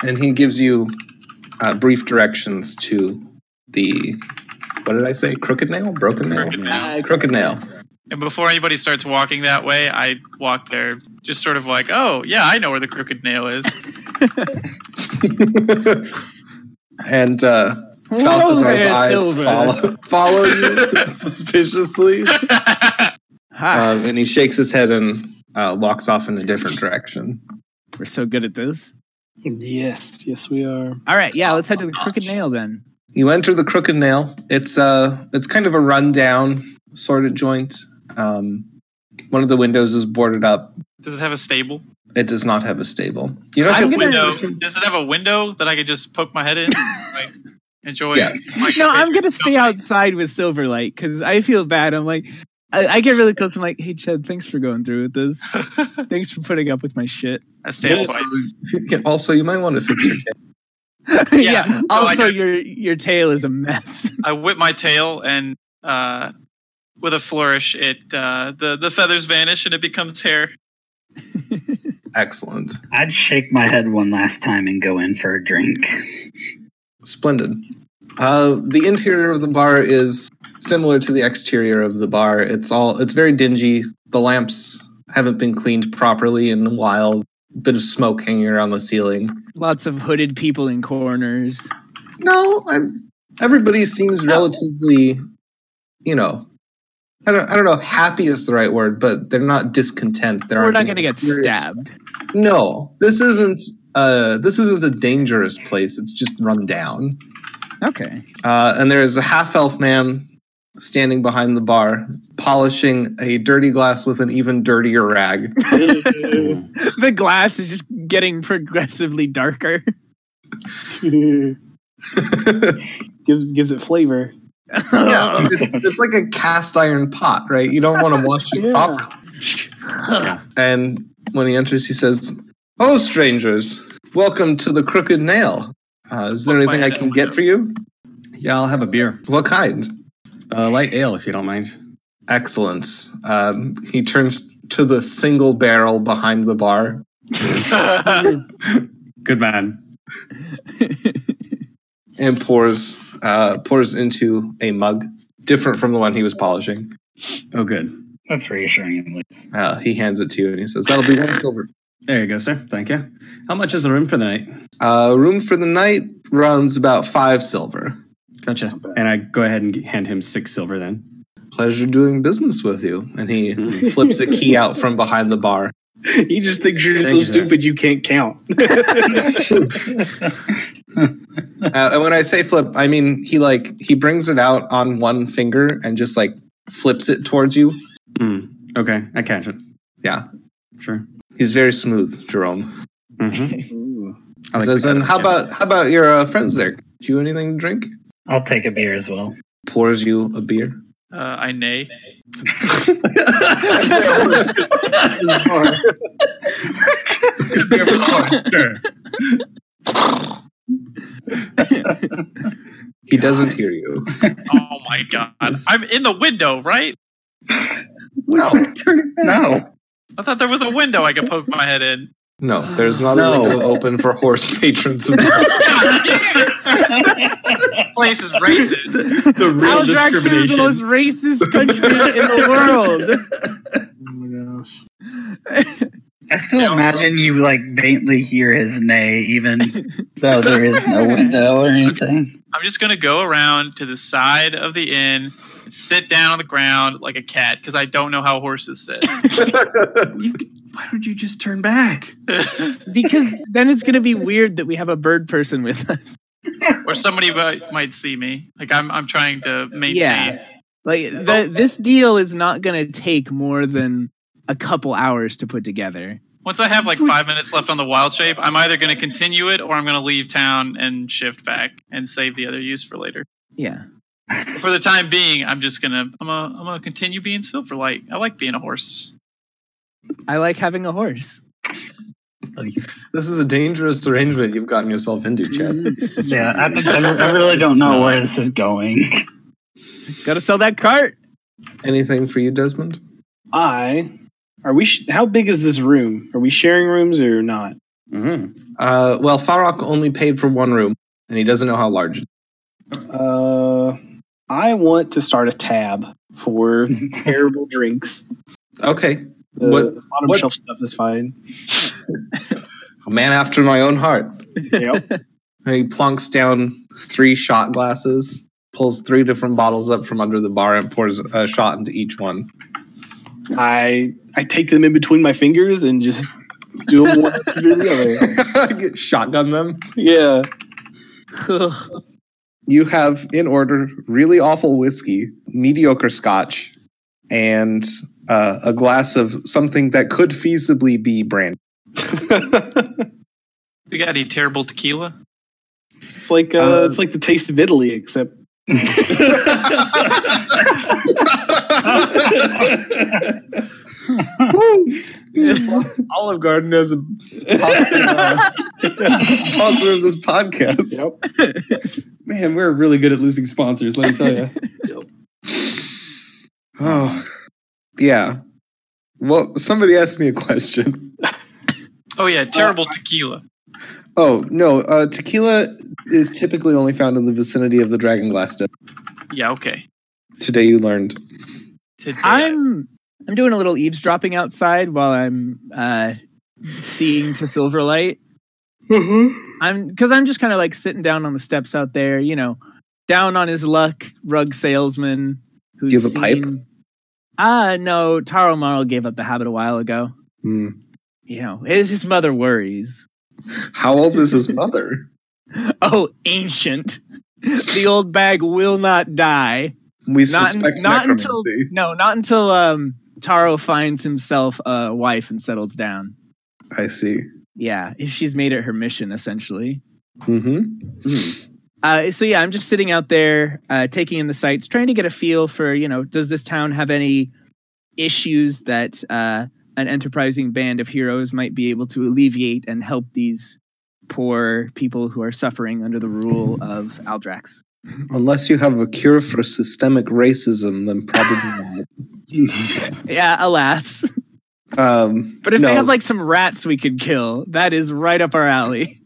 Speaker 1: and he gives you uh, brief directions to the what did I say? Crooked nail, broken nail,
Speaker 2: Crooked Nail.
Speaker 1: crooked nail.
Speaker 2: And before anybody starts walking that way, I walk there just sort of like, oh, yeah, I know where the crooked nail is.
Speaker 1: and uh, Balthazar's eyes follow, follow you suspiciously,
Speaker 6: Ha,
Speaker 1: um, and he shakes his head and uh, walks off in a different direction.
Speaker 6: we're so good at this.
Speaker 3: Yes, yes, we are.
Speaker 6: All right, yeah, let's head to the crooked nail then.
Speaker 1: you enter the crooked nail it's a it's kind of a rundown sort of joint um, one of the windows is boarded up
Speaker 2: Does it have a stable?
Speaker 1: it does not have a stable you don't
Speaker 6: I'm
Speaker 1: have
Speaker 6: gonna-
Speaker 2: Window? Does it have a window that I could just poke my head in? Like, enjoy.
Speaker 1: Yes.
Speaker 2: my
Speaker 6: No, I'm
Speaker 2: favorite
Speaker 6: gonna stay
Speaker 2: company?
Speaker 6: outside with Silverlight because I feel bad. I'm like, I, I get really close. I'm like, hey, Chad, thanks for going through with this. Thanks for putting up with my shit.
Speaker 2: I stay outside.
Speaker 1: Yeah, also you might want to fix your tail
Speaker 6: yeah.
Speaker 2: no, I
Speaker 6: Also,
Speaker 2: don't.
Speaker 6: your your tail is a mess.
Speaker 2: I whip my tail and uh, with a flourish, it uh, the the feathers vanish and it becomes hair.
Speaker 1: excellent
Speaker 5: I'd shake my head one last time and go in for a drink.
Speaker 1: splendid uh, the interior of the bar is similar to the exterior of the bar it's all it's very dingy the lamps haven't been cleaned properly in a while bit of smoke hanging around the ceiling
Speaker 6: Lots of hooded people in corners.
Speaker 1: No, I'm, everybody seems relatively, you know, I don't, I don't know, if happy is the right word, but they're not discontent. There
Speaker 6: We're
Speaker 1: aren't
Speaker 6: not
Speaker 1: any
Speaker 6: gonna get
Speaker 1: serious-
Speaker 6: stabbed.
Speaker 1: No, this isn't. Uh, this isn't a dangerous place. It's just run down.
Speaker 6: Okay.
Speaker 1: Uh, and there is a half elf man standing behind the bar, polishing a dirty glass with an even dirtier rag.
Speaker 6: the glass is just getting progressively darker.
Speaker 5: Hmm.
Speaker 3: gives gives it flavor.
Speaker 1: yeah, it's, it's like a cast iron pot, right? You don't want to wash it
Speaker 3: Yeah.
Speaker 1: properly. And when he enters, he says, "Oh, strangers, welcome to the Crooked Nail. Uh, is there
Speaker 2: What
Speaker 1: anything I
Speaker 2: kind
Speaker 1: can
Speaker 2: of-
Speaker 1: get for you?
Speaker 4: Yeah, I'll have a beer,
Speaker 1: What kind?"
Speaker 4: uh, light ale, if you don't mind.
Speaker 1: Excellent. Um, he turns to the single barrel behind the bar.
Speaker 4: Good man.
Speaker 1: and pours uh, pours into a mug different from the one he was polishing.
Speaker 4: Oh, good.
Speaker 5: That's reassuring, at least.
Speaker 1: Uh, he hands it to you and he says, "That'll be one silver."
Speaker 4: There you go, sir. Thank you. How much is the room for the night?
Speaker 1: Uh, room for the night runs about five silver.
Speaker 4: Gotcha. And I go ahead and g- hand him six silver then.
Speaker 1: Pleasure doing business with you. And he flips a key out from behind the bar.
Speaker 3: He just thinks you're
Speaker 4: Thank you,
Speaker 3: so
Speaker 4: sir.
Speaker 3: stupid you can't count.
Speaker 1: Uh, and when I say flip, I mean he like he brings it out on one finger and just like flips it towards you.
Speaker 4: Mm, okay, I catch it.
Speaker 1: Yeah,
Speaker 4: Sure.
Speaker 1: he's very smooth, Jerome.
Speaker 4: Mm-hmm.
Speaker 1: He says,
Speaker 4: uh,
Speaker 1: "And how about how about your uh, friends there? Do you anything to drink?"
Speaker 5: I'll take a beer as well.
Speaker 1: Pours you a beer.
Speaker 2: uh, I neigh.
Speaker 4: sure.
Speaker 1: He doesn't hear you.
Speaker 2: Oh my god! I'm in the window, right?
Speaker 1: No,
Speaker 5: No.
Speaker 2: I thought there was a window I could poke my head in.
Speaker 1: No, there's not
Speaker 4: No.
Speaker 1: a window open for horse patrons.
Speaker 2: place is racist.
Speaker 4: the real
Speaker 6: Aldrax is the
Speaker 4: discrimination.
Speaker 6: most racist country in the world.
Speaker 3: Oh my gosh.
Speaker 5: I still imagine you like faintly hear his neigh, even though there is no window or anything.
Speaker 2: I'm just gonna go around to the side of the inn and sit down on the ground like a cat because I don't know how horses sit.
Speaker 4: You c- why don't you just turn back?
Speaker 6: Because then it's gonna be weird that we have a bird person with us.
Speaker 2: or somebody might might see me. Like I'm I'm trying to maintain.
Speaker 6: Yeah. Like
Speaker 4: Oh.
Speaker 6: the, this deal is not gonna take more than a couple hours to put together.
Speaker 2: Once I have like five minutes left on the wild shape, I'm either gonna continue it or I'm gonna leave town and shift back and save the other use for later.
Speaker 6: Yeah.
Speaker 2: For the time being, I'm just gonna I'm gonna, I'm gonna continue being Silverlight. I like being a horse.
Speaker 6: I like having a horse.
Speaker 1: this is a dangerous arrangement you've gotten yourself into, Chad.
Speaker 5: Yeah, I, I, I really don't know where this is going.
Speaker 6: Gotta sell that cart.
Speaker 1: Anything for you, Desmond?
Speaker 3: I are we? Sh- how big is this room? Are we sharing rooms or not?
Speaker 4: Mhm.
Speaker 1: Uh, well, Farrakh only paid for one room, and he doesn't know how large. it
Speaker 3: Uh, I want to start a tab for terrible drinks.
Speaker 1: is. Okay,
Speaker 3: The
Speaker 1: What-
Speaker 3: bottom
Speaker 1: what-
Speaker 3: shelf stuff is fine.
Speaker 1: a man after my own heart.
Speaker 3: Yep.
Speaker 1: And he plunks down three shot glasses, pulls three different bottles up from under the bar, and pours a shot into each one.
Speaker 3: I I take them in between my fingers and just do them one after the other.
Speaker 1: Shotgun them.
Speaker 3: Yeah.
Speaker 6: Ugh.
Speaker 1: You have, in order, really awful whiskey, mediocre scotch, and uh, a glass of something that could feasibly be brandy.
Speaker 2: We got any terrible tequila?
Speaker 3: it's like uh,
Speaker 1: Uh,
Speaker 3: it's like the taste of Italy, except
Speaker 1: Woo! You just lost Olive Garden as a sponsor of this podcast.
Speaker 3: yep.
Speaker 4: Man, we're really good at losing sponsors. Let me tell you.
Speaker 1: Oh, yeah. Well, somebody asked me a question.
Speaker 2: Oh yeah, terrible tequila.
Speaker 1: Oh no, uh, tequila is typically only found in the vicinity of the Dragon Glass. Dip.
Speaker 2: Yeah, okay.
Speaker 1: Today you learned.
Speaker 2: Today-
Speaker 6: I'm I'm doing a little eavesdropping outside while I'm uh seeing to Silverlight.
Speaker 1: Mm-hmm.
Speaker 6: I'm because I'm just kind of like sitting down on the steps out there, you know, down on his luck, rug salesman. Who's
Speaker 1: Do you have a pipe?
Speaker 6: seen- Ah, no. Taro Marl gave up the habit a while ago.
Speaker 1: Hmm.
Speaker 6: You know, his his mother worries.
Speaker 1: How old is his mother?
Speaker 6: Oh, ancient. the old bag will not die.
Speaker 1: We
Speaker 6: Not,
Speaker 1: suspect
Speaker 6: not
Speaker 1: necromancy.
Speaker 6: until no, not until um, Taro finds himself a wife and settles down.
Speaker 1: I see.
Speaker 6: Yeah, she's made it her mission essentially.
Speaker 1: hmm
Speaker 6: Uh, so yeah, I'm just sitting out there, uh, taking in the sights, trying to get a feel for you know, does this town have any issues that uh, an enterprising band of heroes might be able to alleviate and help these poor people who are suffering under the rule of Aldrax?
Speaker 1: Unless you have a cure for systemic racism, then probably
Speaker 6: Yeah, alas.
Speaker 1: not. Um,
Speaker 6: But if
Speaker 1: no,
Speaker 6: they had like some rats we could kill, that is right up our alley.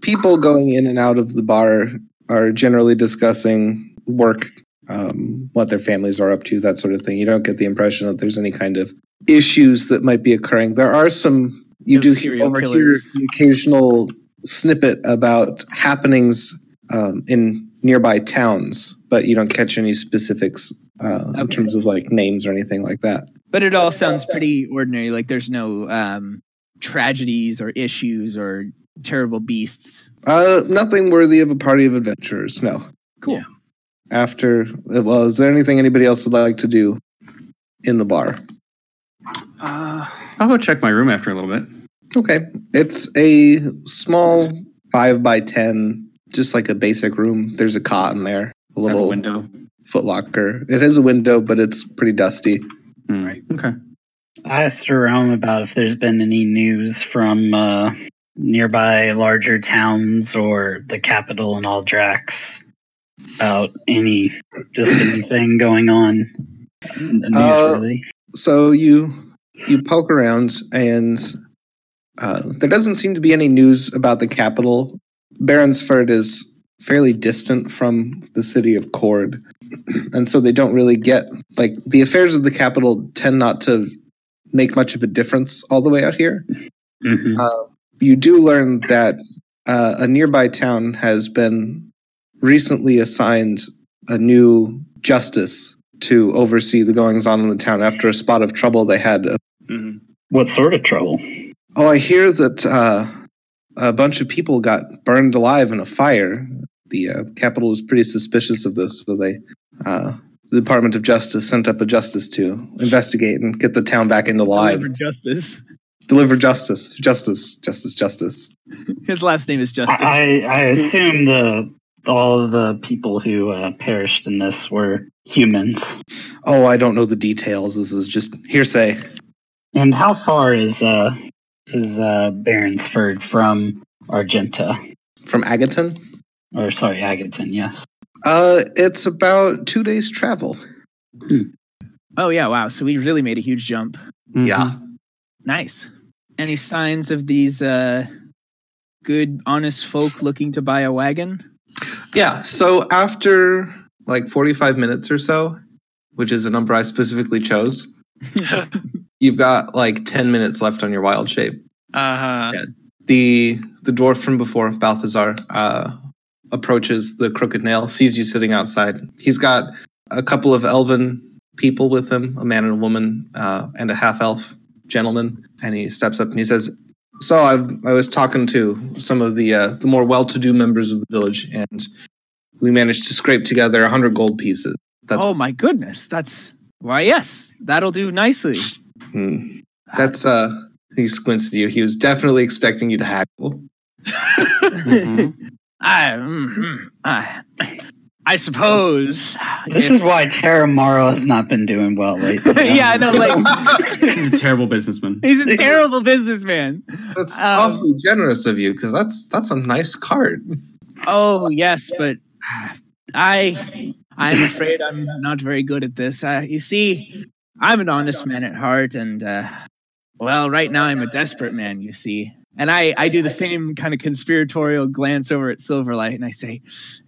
Speaker 1: people going in and out of the bar are generally discussing work, um, what their families are up to, that sort of thing. You don't get the impression that there's any kind of issues that might be occurring. There are some you
Speaker 6: No
Speaker 1: do hear-
Speaker 6: serial
Speaker 1: overhear
Speaker 6: killers.
Speaker 1: the occasional snippet about happenings um, in nearby towns, but you don't catch any specifics uh, in
Speaker 6: Okay.
Speaker 1: terms of like names or anything like that.
Speaker 6: But it all sounds pretty ordinary. Like there's no um, tragedies or issues or terrible beasts.
Speaker 1: Uh, nothing worthy of a party of adventurers. No.
Speaker 6: Cool.
Speaker 1: After, well, is there anything anybody else would like to do in the bar?
Speaker 3: Uh,
Speaker 4: I'll go check my room after a little bit.
Speaker 1: Okay, it's a small five by ten, just like a basic room. There's a cot in there, a
Speaker 4: Let's have
Speaker 1: little
Speaker 4: a window.
Speaker 1: footlocker. It has a window, but it's pretty dusty.
Speaker 4: Hmm,
Speaker 1: Mm.
Speaker 5: Right.
Speaker 4: Okay.
Speaker 5: I asked around about if there's been any news from uh, nearby larger towns or the capital and all Drax about any just anything going on newsworthy.
Speaker 1: so you you poke around and Uh, there doesn't seem to be any news about the capital. Barendsford is fairly distant from the city of Cord, and so they don't really get like the affairs of the capital tend not to make much of a difference all the way out here.
Speaker 5: Mhm.
Speaker 1: You do learn that uh, a nearby town has been recently assigned a new justice to oversee the goings on in the town after a spot of trouble they had a
Speaker 3: Mhm.
Speaker 5: What sort of trouble?
Speaker 1: Oh, I hear that uh, a bunch of people got burned alive in a fire. The uh, capital was pretty suspicious of this, so they, uh, the Department of Justice, sent up a justice to investigate and get the town back into line.
Speaker 6: Deliver justice.
Speaker 1: Deliver justice, justice, justice, justice.
Speaker 6: His last name is Justice.
Speaker 5: I, I assume the all of the people who uh, perished in this were humans.
Speaker 1: Oh, I don't know the details. This is just hearsay.
Speaker 5: And how far is uh is uh Barendsford from Argenta?
Speaker 1: From Agaton,
Speaker 5: Or sorry, Agaton, yes.
Speaker 1: uh, it's about two days' travel.
Speaker 6: oh yeah, wow. So we really made a huge jump.
Speaker 4: Mm-hmm.
Speaker 1: Yeah.
Speaker 6: Nice. Any signs of these uh, good, honest folk looking to buy a wagon?
Speaker 1: Yeah. So after like 45 minutes or so, which is a number I specifically chose, you've got like 10 minutes left on your wild shape.
Speaker 2: Uh,
Speaker 1: The the dwarf from before, Balthazar, uh, approaches the crooked nail, sees you sitting outside. He's got a couple of elven people with him, a man and a woman, uh, and a half elf gentleman. And he steps up and he says, "So I I was talking to some of the uh, the more well to do members of the village, and we managed to scrape together a hundred gold pieces." That's
Speaker 6: oh my goodness, that's why. Yes, that'll do nicely.
Speaker 1: Hmm. That's uh. He squints at you. He was definitely expecting you to haggle.
Speaker 4: Mm-hmm.
Speaker 6: I, mm, mm, I, I suppose.
Speaker 5: This is why Terra Morrow has not been doing well lately.
Speaker 6: yeah, I know. Like
Speaker 4: He's a terrible businessman.
Speaker 6: he's a terrible businessman.
Speaker 1: That's
Speaker 6: Um,
Speaker 1: awfully generous of you because that's that's a nice card.
Speaker 6: Oh yes, but I, I'm afraid I'm not very good at this. Uh, you see, I'm an honest man at heart, and uh, well, right now I'm a desperate man. You see, and I, I do the same kind of conspiratorial glance over at Silverlight, and I say,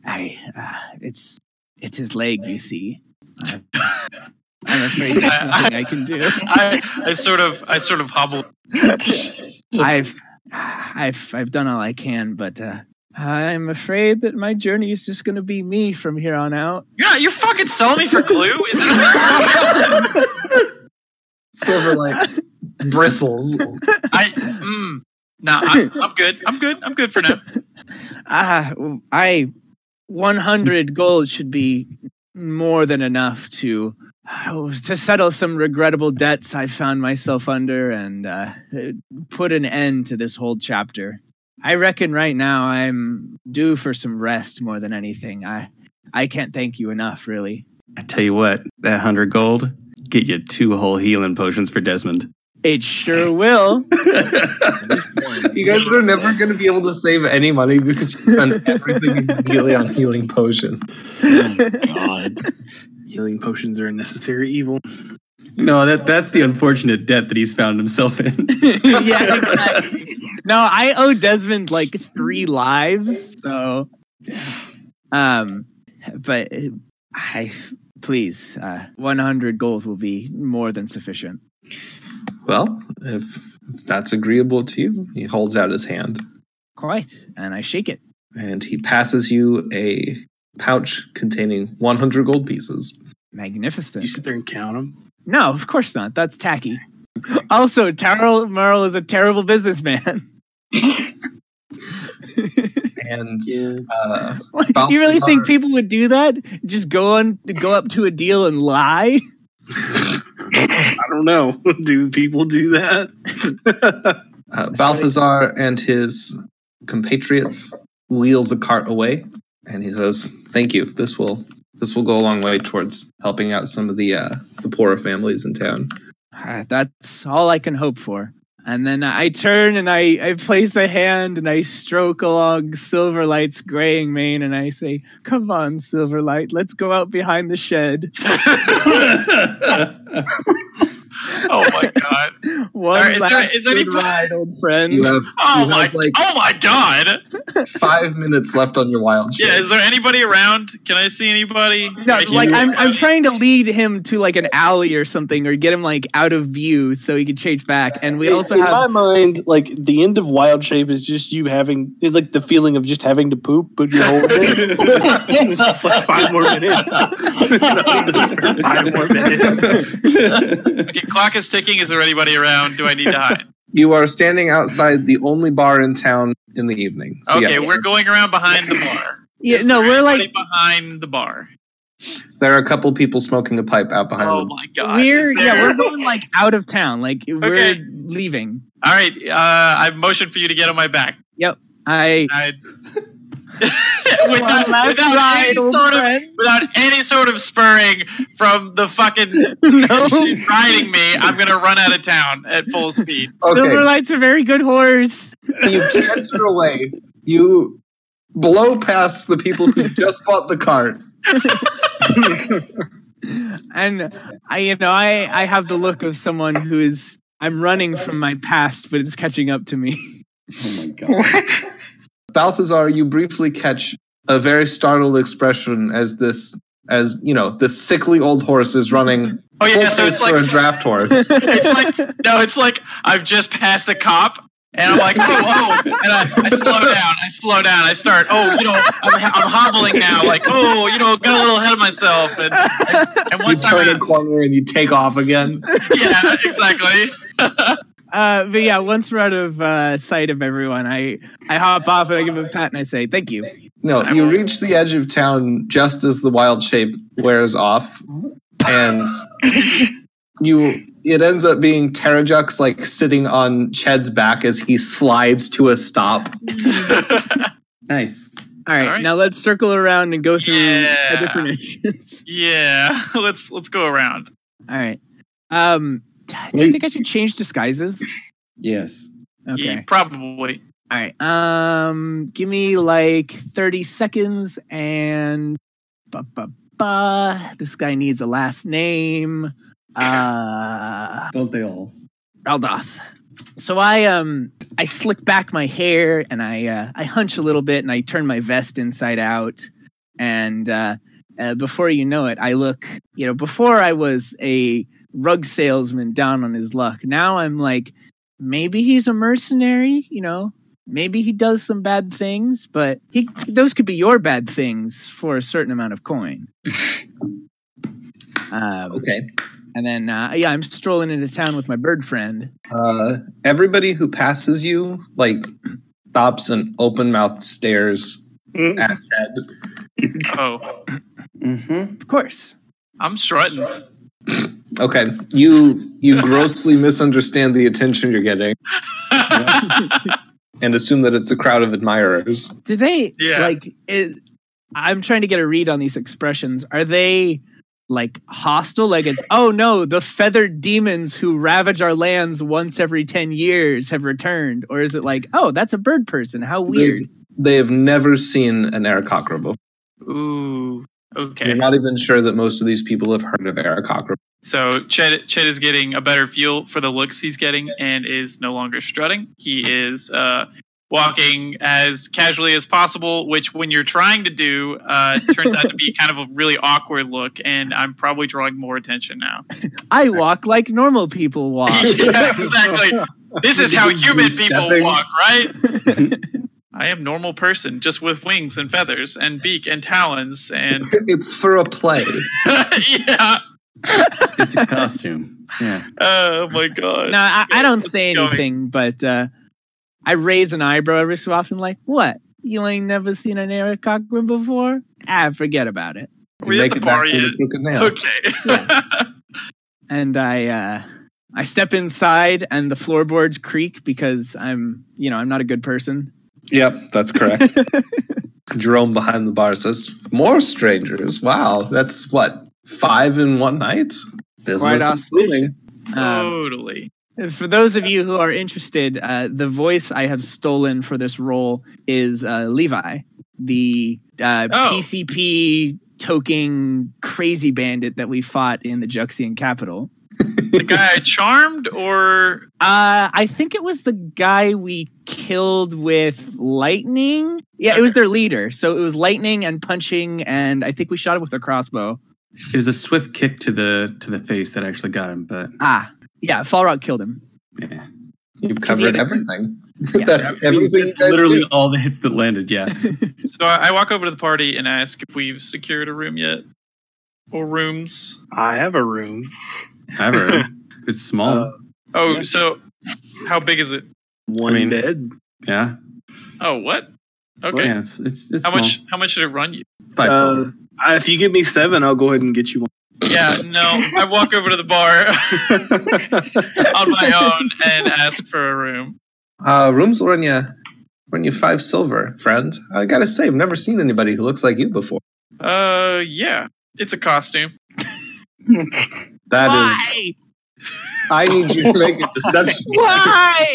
Speaker 6: I, uh, it's, it's his leg. You see, I'm afraid there's nothing I can do.
Speaker 2: I, I sort of, I sort of hobble.
Speaker 6: I've I've I've done all I can, but uh, I'm afraid that my journey is just going to be me from here on out.
Speaker 2: You're not. You're fucking selling me for glue. Is it?
Speaker 1: Silver like bristles.
Speaker 2: I. Mm, nah, I'm, I'm good. I'm good. I'm good for now.
Speaker 6: Ah, I 100 gold should be more than enough to oh, to settle some regrettable debts I found myself under and uh, put an end to this whole chapter. I reckon right now I'm due for some rest more than anything. I I can't thank you enough, really.
Speaker 4: I tell you what, that hundred gold get you two whole healing potions for Desmond.
Speaker 6: It sure will.
Speaker 1: You guys are never going to be able to save any money because you spend everything immediately on healing potion.
Speaker 3: Oh my God. Healing potions are a necessary evil.
Speaker 4: no, that that's the unfortunate debt that he's found himself in.
Speaker 6: yeah, exactly. No, I owe Desmond like three lives, so um but uh, I please uh 100 gold will be more than sufficient.
Speaker 1: Well, if, if that's agreeable to you, he holds out his hand
Speaker 6: Quite. And I shake it.
Speaker 1: and he passes you a pouch containing 100 gold pieces.
Speaker 3: You
Speaker 6: Magnificent.
Speaker 3: sit there and count them.
Speaker 6: No, of course not. That's tacky. Also, Tarl Merle is a terrible businessman.
Speaker 1: And uh,
Speaker 6: Like, you really
Speaker 1: Balthazar-
Speaker 6: think people would do that? Just go on go up to a deal and lie?
Speaker 3: I don't know. Do people do that?
Speaker 1: Uh, Balthazar and his compatriots wheel the cart away, and he says, "Thank you. This will this will go a long way towards helping out some of the uh, the poorer families in town."
Speaker 6: Uh, that's all I can hope for. And then I turn and I, I place a hand and I stroke along Silverlight's graying mane and I say, Come on, Silverlight, let's go out behind the shed.
Speaker 2: Oh my god.
Speaker 6: One
Speaker 2: All right, is there-
Speaker 6: last
Speaker 2: is there any-
Speaker 6: good ride, old friend.
Speaker 1: You have,
Speaker 2: Oh
Speaker 1: you
Speaker 2: my!
Speaker 1: have like
Speaker 2: oh my God!
Speaker 1: five minutes left on your wild shape.
Speaker 2: Yeah, is there anybody around? Can I see anybody? Can
Speaker 6: No,
Speaker 2: I hear
Speaker 6: like I'm, I'm
Speaker 2: anybody?
Speaker 6: trying to lead him to like an alley or something, or get him like out of view so he can change back. And we also
Speaker 3: in
Speaker 6: have
Speaker 3: my mind, like the end of Wild Shape is just you having it's like the feeling of just having to poop, but you're holding it. it's just like five more minutes. five more minutes.
Speaker 2: Okay, clock is ticking. Is there anybody around? Do I need to hide?
Speaker 1: You are standing outside the only bar in town in the evening. So
Speaker 2: okay,
Speaker 1: yes,
Speaker 2: we're going around behind the bar.
Speaker 6: yeah,
Speaker 2: Is
Speaker 6: no,
Speaker 2: there
Speaker 6: we're
Speaker 2: anybody
Speaker 6: like
Speaker 2: behind the bar.
Speaker 1: there are a couple people smoking a pipe out behind.
Speaker 2: Oh
Speaker 1: them.
Speaker 2: my god!
Speaker 6: we're
Speaker 2: Is there-
Speaker 6: yeah, we're going like out of town, like we're
Speaker 2: Okay.
Speaker 6: leaving.
Speaker 2: All right, uh, I motioned for you to get on my back.
Speaker 6: I
Speaker 2: I, without,
Speaker 6: One last
Speaker 2: without
Speaker 6: ride,
Speaker 2: any
Speaker 6: old
Speaker 2: sort of
Speaker 6: friend.
Speaker 2: without any sort of spurring from the fucking
Speaker 6: no.
Speaker 2: riding me, I'm gonna run out of town at full speed.
Speaker 1: Okay,
Speaker 6: Silverlight's a very good horse.
Speaker 1: you canter away. You blow past the people who just bought the cart.
Speaker 6: And I, you know, I, I have the look of someone who is, I'm running from my past, but it's catching up to me.
Speaker 4: Oh my god.
Speaker 5: What?
Speaker 1: Balthazar, you briefly catch a very startled expression as this, as you know, this sickly old horse is running
Speaker 2: Oh
Speaker 1: full
Speaker 2: yeah, so
Speaker 1: pace
Speaker 2: it's like
Speaker 1: for a draft horse.
Speaker 2: it's like no, it's like I've just passed a cop. And I'm like, oh, oh, and I, I slow down. I slow down. I start, oh, you know, I'm, I'm hobbling now. Like, oh, you know, got a little ahead of myself. And, and, and
Speaker 1: you
Speaker 2: once I'm
Speaker 1: turn a
Speaker 2: out,
Speaker 1: corner and you take off again.
Speaker 2: yeah, exactly.
Speaker 6: Uh, but yeah, once we're out of uh, sight of everyone, I, I hop off and I give him a pat and I say, thank you.
Speaker 1: No, you reach the edge of town just as the wild shape wears off, and you. It ends up being Terrajux like sitting on Ched's back as he slides to a stop.
Speaker 4: Nice.
Speaker 6: All right,
Speaker 2: All right.
Speaker 6: now let's circle around and go through
Speaker 2: Yeah.
Speaker 6: the different issues.
Speaker 2: Yeah, let's let's go around.
Speaker 6: All right. Um, do you think I should change disguises?
Speaker 4: Yes.
Speaker 6: Okay.
Speaker 2: Yeah, probably.
Speaker 6: All right. Um, give me like 30 seconds and ba ba ba. This guy needs a last name. Uh,
Speaker 4: Don't they all?
Speaker 6: Raldoth. So I um I slick back my hair and I uh, I hunch a little bit and I turn my vest inside out and uh, uh, before you know it I look you know before I was a rug salesman down on his luck now I'm like maybe he's a mercenary you know maybe he does some bad things but he those could be your bad things for a certain amount of coin. Um,
Speaker 1: Okay.
Speaker 6: and then uh, yeah I'm strolling into town with my bird friend.
Speaker 1: Uh, everybody who passes you like stops and open mouthed stares
Speaker 2: Mm-hmm.
Speaker 1: at Ched.
Speaker 2: Oh,
Speaker 4: Mm-hmm.
Speaker 6: Of course.
Speaker 2: I'm strutting.
Speaker 1: Okay, you you grossly misunderstand the attention you're getting and assume that it's a crowd of admirers.
Speaker 6: Do they
Speaker 2: Yeah.
Speaker 6: like? Is, I'm trying to get a read on these expressions. Are they like hostile? Like it's oh no, the feathered demons who ravage our lands once every ten years have returned, or is it like oh that's a bird person? How weird.
Speaker 1: They've, they have never seen an Arakocra before.
Speaker 2: Ooh.
Speaker 1: You're
Speaker 2: Okay.
Speaker 1: not even sure that most of these people have heard of Arakocra.
Speaker 2: So Chet Chet is getting a better feel for the looks he's getting and is no longer strutting. He is uh, walking as casually as possible, which when you're trying to do, uh, turns out to be kind of a really awkward look. And I'm probably drawing more attention now.
Speaker 6: I walk like normal people walk.
Speaker 2: yeah, exactly. This is how human people
Speaker 1: Stepping.
Speaker 2: walk, right? I am normal person, just with wings and feathers and beak and talons and
Speaker 1: It's for a play.
Speaker 2: yeah.
Speaker 4: It's a costume. Yeah.
Speaker 2: Oh my god.
Speaker 6: no, I, I don't say
Speaker 2: Going.
Speaker 6: anything, but uh, I raise an eyebrow every so often. Like what? You ain't never seen an Eric Cochran before? Ah, forget about it.
Speaker 2: Are we
Speaker 1: You
Speaker 2: at the bar yet?
Speaker 1: the crooked nail.
Speaker 2: Okay.
Speaker 6: and I uh, I step inside, and the floorboards creak because I'm you know I'm not a good person.
Speaker 1: Yep, that's correct. Jerome behind the bar says, "More strangers. Wow, that's what five in one night.
Speaker 6: Right
Speaker 1: Business
Speaker 6: on.
Speaker 1: is booming.
Speaker 2: Oh.
Speaker 6: Um,
Speaker 2: totally.
Speaker 6: for those of you who are interested, uh, the voice I have stolen for this role is uh, Levi, the uh,
Speaker 2: Oh.
Speaker 6: PCP toking crazy bandit that we fought in the Juxian capital.
Speaker 2: the guy I charmed, or
Speaker 6: Uh, I think it was the guy we killed with lightning. Yeah, it was their leader. So it was lightning and punching, and I think we shot him with a crossbow.
Speaker 4: It was a swift kick to the to the face that actually got him, but
Speaker 6: Ah, yeah, Fall Rock killed him.
Speaker 4: yeah.
Speaker 1: You've
Speaker 6: Because he
Speaker 1: covered
Speaker 6: had a-
Speaker 1: everything.
Speaker 6: Yeah.
Speaker 1: That's everything you
Speaker 4: That's
Speaker 1: guys
Speaker 4: literally
Speaker 1: do.
Speaker 4: all the hits that landed, yeah.
Speaker 2: so I I walk over to the party and ask if we've secured a room yet, or rooms.
Speaker 3: I have a room.
Speaker 4: I've heard. It's small.
Speaker 3: Uh,
Speaker 2: Oh,
Speaker 3: Yeah.
Speaker 2: so how big is it?
Speaker 3: One
Speaker 4: mean-
Speaker 3: bed.
Speaker 4: yeah.
Speaker 2: Oh, what?
Speaker 4: Well,
Speaker 2: Okay.
Speaker 4: yeah, it's it's, it's
Speaker 2: How
Speaker 4: small.
Speaker 2: much? How much did it run you?
Speaker 4: Five
Speaker 3: Uh,
Speaker 4: silver.
Speaker 3: I- if you give me seven, I'll go ahead and get you
Speaker 2: Yeah, no. I walk over to the bar
Speaker 3: one.
Speaker 2: on my own and ask for a room.
Speaker 1: Uh, rooms will run you, run you five silver, friend. I gotta say, I've never seen anybody who looks like you before.
Speaker 2: Uh, yeah, it's a costume.
Speaker 1: That is,
Speaker 6: Why?
Speaker 1: I need you to make a deception.
Speaker 6: Why?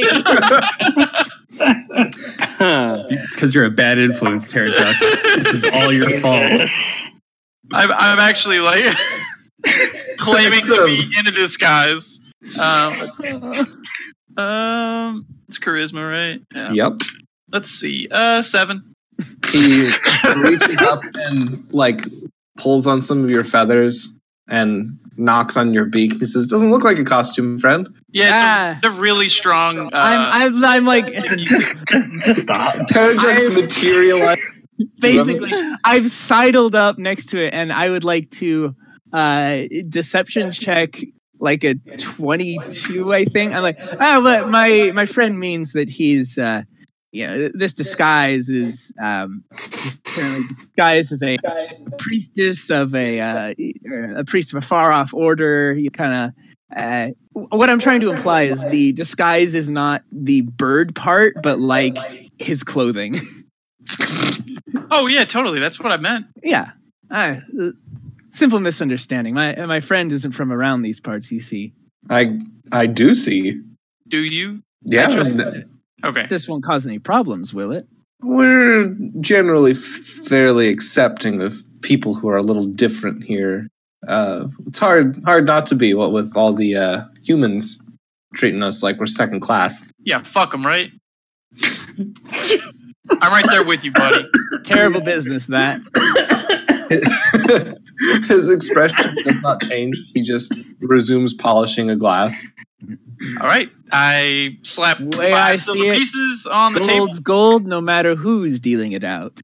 Speaker 4: It's because you're a bad influence, Terry Duck. this is all your fault.
Speaker 5: Jesus.
Speaker 2: I'm I'm actually like claiming to be in a disguise. Um, let's see. um, it's charisma, right? Yeah.
Speaker 1: Yep.
Speaker 2: Let's see. Uh, seven.
Speaker 1: He reaches up and like pulls on some of your feathers and knocks on your beak. He says, "Doesn't look like a costume, friend."
Speaker 2: Yeah, it's a, the really strong. Uh,
Speaker 6: I'm, I'm, I'm like
Speaker 5: Just, just, just stop.
Speaker 1: Terrajux
Speaker 6: I-
Speaker 1: materialized.
Speaker 6: basically, I've sidled up next to it, and I would like to uh, deception check like a twenty-two. I think I'm like, ah, but my my friend means that he's, uh, you know, this disguise is um, he's currently disguised as a priestess of a uh, a priest of a far off order. You kind of. Uh, what I'm trying to imply is the disguise is not the bird part, but like his clothing.
Speaker 2: oh yeah, totally. That's what I meant.
Speaker 6: Yeah. I, uh, simple misunderstanding. My my friend isn't from around these parts, you see.
Speaker 1: I I do see.
Speaker 2: Do you?
Speaker 1: Yeah,
Speaker 2: trust
Speaker 1: and
Speaker 2: Okay.
Speaker 6: This won't cause any problems, will it?
Speaker 1: we're generally f- fairly accepting of people who are a little different here. Uh, it's hard hard not to be. What with all the uh, humans treating us like we're second class.
Speaker 2: Yeah, fuck them, right? I'm right there with you, buddy.
Speaker 6: Terrible business that.
Speaker 1: His expression does not change. He just resumes polishing a glass.
Speaker 2: All right, I slap
Speaker 6: Way
Speaker 2: five
Speaker 6: I
Speaker 2: silver
Speaker 6: see it,
Speaker 2: pieces on the table.
Speaker 6: Gold's gold, no matter who's dealing it out.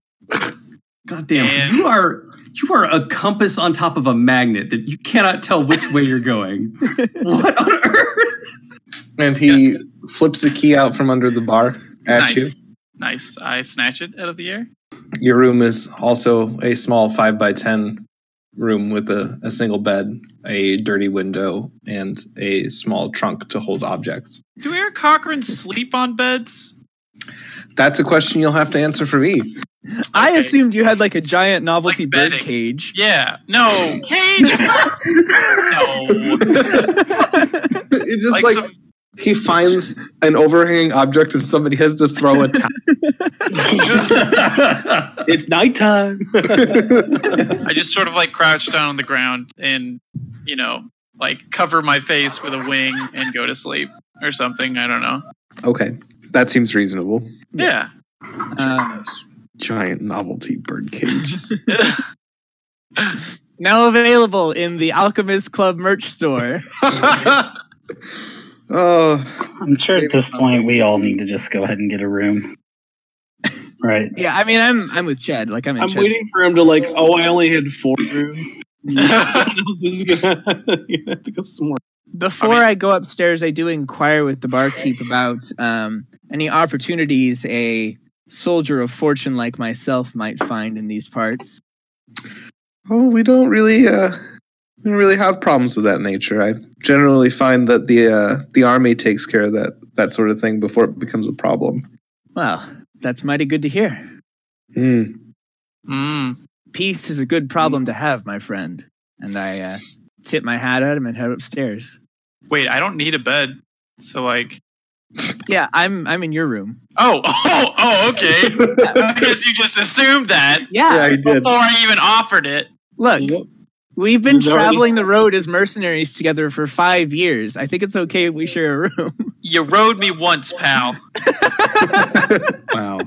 Speaker 4: God damn,
Speaker 2: And-
Speaker 4: you are you are a compass on top of a magnet that you cannot tell which way you're going. what on earth?
Speaker 1: And he flips a key out from under the bar at
Speaker 2: nice.
Speaker 1: you.
Speaker 2: Nice. I snatch it out of the air.
Speaker 1: Your room is also a small five by ten room with a, a single bed, a dirty window, and a small trunk to hold objects.
Speaker 2: Do Eric Cochran sleep on beds?
Speaker 1: That's a question you'll have to answer for me.
Speaker 6: I
Speaker 2: Okay.
Speaker 6: assumed you had like a giant novelty
Speaker 2: Like
Speaker 6: bird
Speaker 2: bedding.
Speaker 6: cage.
Speaker 2: Yeah. No. Cage. no.
Speaker 1: it just
Speaker 2: Like,
Speaker 1: like,
Speaker 2: some-
Speaker 1: he finds an overhanging object and somebody has to throw a towel.
Speaker 3: it's nighttime.
Speaker 2: I just sort of like crouch down on the ground and you know like cover my face with a wing and go to sleep or something. I don't know.
Speaker 1: okay, that seems reasonable.
Speaker 2: Yeah.
Speaker 6: Uh,
Speaker 1: Giant novelty bird cage.
Speaker 6: now available in the Alchemist Club merch store.
Speaker 1: oh,
Speaker 5: I'm sure at this point we all need to just go ahead and get a room. Right.
Speaker 6: yeah, I mean, I'm I'm with Chad. Like I'm in
Speaker 3: I'm
Speaker 6: Chad's.
Speaker 3: waiting for him to like. Oh, I only had four rooms. this is gonna, you have to go somewhere.
Speaker 6: Before I,
Speaker 2: I mean-
Speaker 6: go upstairs, I do inquire with the barkeep about um, any opportunities a soldier of fortune like myself might find in these parts.
Speaker 1: oh, we don't really, uh, we don't really have problems of that nature. I generally find that the uh, the army takes care of that that sort of thing before it becomes a problem.
Speaker 6: Well, that's mighty good to hear.
Speaker 1: Hmm.
Speaker 2: Mm.
Speaker 6: Peace is a good problem to have, my friend. And I uh, tip my hat at him and head upstairs.
Speaker 2: Wait, I don't need a bed. So like.
Speaker 6: Yeah, I'm I'm in your room.
Speaker 2: Oh. Oh. Oh. Okay. I guess you just assumed that
Speaker 6: Yeah,
Speaker 1: yeah, he did.
Speaker 2: before I even offered it.
Speaker 6: look, We've been
Speaker 3: Is there any-
Speaker 6: traveling the road as mercenaries together for five years. I think it's okay if we share a room.
Speaker 2: You rode me once, pal.
Speaker 4: Wow.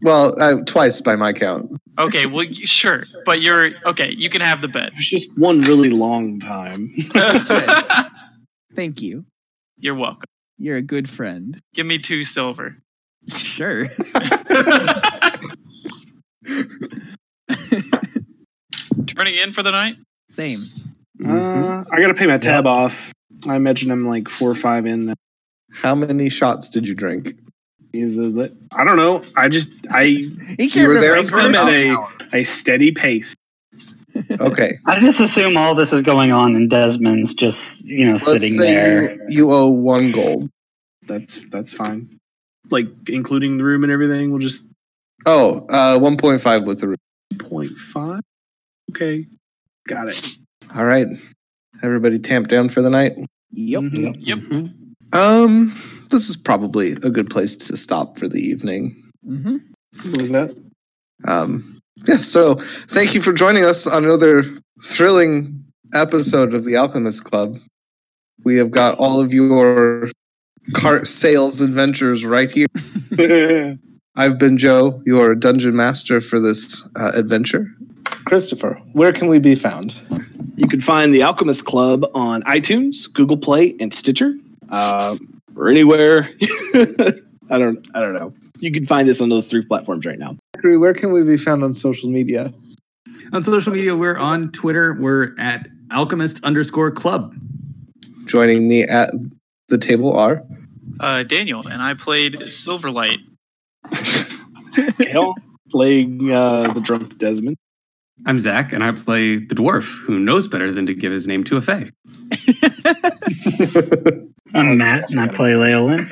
Speaker 1: Well, uh, twice by my count.
Speaker 2: Okay, well, y- sure, but you're okay. You can have the bed.
Speaker 8: It was just one really long time.
Speaker 6: Thank you.
Speaker 2: you're welcome.
Speaker 6: You're a good friend.
Speaker 2: Give me two silver.
Speaker 6: Sure.
Speaker 2: Turning in for the night.
Speaker 6: Same.
Speaker 8: Uh,
Speaker 6: Mm-hmm.
Speaker 8: I gotta pay my tab off. I imagine I'm like four or five in. Now.
Speaker 1: How many shots did you drink?
Speaker 8: Is it-
Speaker 3: I don't know. I just I
Speaker 6: He can't
Speaker 1: You were there
Speaker 6: remember.
Speaker 1: for
Speaker 3: I'm
Speaker 1: about an
Speaker 3: in a-
Speaker 1: hour.
Speaker 3: a steady pace.
Speaker 1: Okay,
Speaker 5: I just assume all this is going on and Desmond's just, you know,
Speaker 1: let's
Speaker 5: sitting
Speaker 1: say
Speaker 5: there.
Speaker 1: you, you owe one gold.
Speaker 3: That's that's fine. Like including the room and everything, we'll just
Speaker 1: Oh, uh, 1.5 with the room.
Speaker 3: point five. Okay, got it.
Speaker 1: All right, everybody tamped down for the night.
Speaker 6: Oh, Yep.
Speaker 1: Mm-hmm.
Speaker 8: Mhm.
Speaker 2: Yep.
Speaker 4: Mhm.
Speaker 1: Um, this is probably a good place to stop for the evening.
Speaker 6: hmm
Speaker 8: Was that?
Speaker 1: Um, yeah, so thank you for joining us on another thrilling episode of the Alchemist Club. We have got all of your cart sales adventures right here. I've been Joe, your dungeon master for this uh, adventure. Christopher, where can we be found?
Speaker 8: You can find the Alchemist Club on iTunes, Google Play, and Stitcher, uh, or anywhere. I don't. I don't know. You can find this on those three platforms right now.
Speaker 1: Zachary, where can we be found on social media?
Speaker 4: On social media, we're on Twitter. We're at alchemist underscore club.
Speaker 1: Joining me at the table are
Speaker 2: Uh, Daniel and I played Silverlight.
Speaker 8: Kale playing uh, the drunk Desmond.
Speaker 4: I'm Zach, and I play the dwarf who knows better than to give his name to a fae.
Speaker 5: I'm Matt and I play Leolin.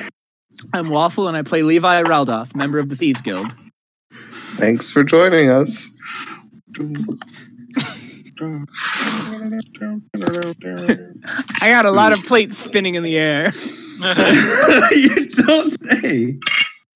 Speaker 6: I'm Waffle and I play Levi Raldoth, member of the Thieves Guild.
Speaker 1: Thanks for joining us.
Speaker 6: I got a lot of plates spinning in the air.
Speaker 4: you don't say.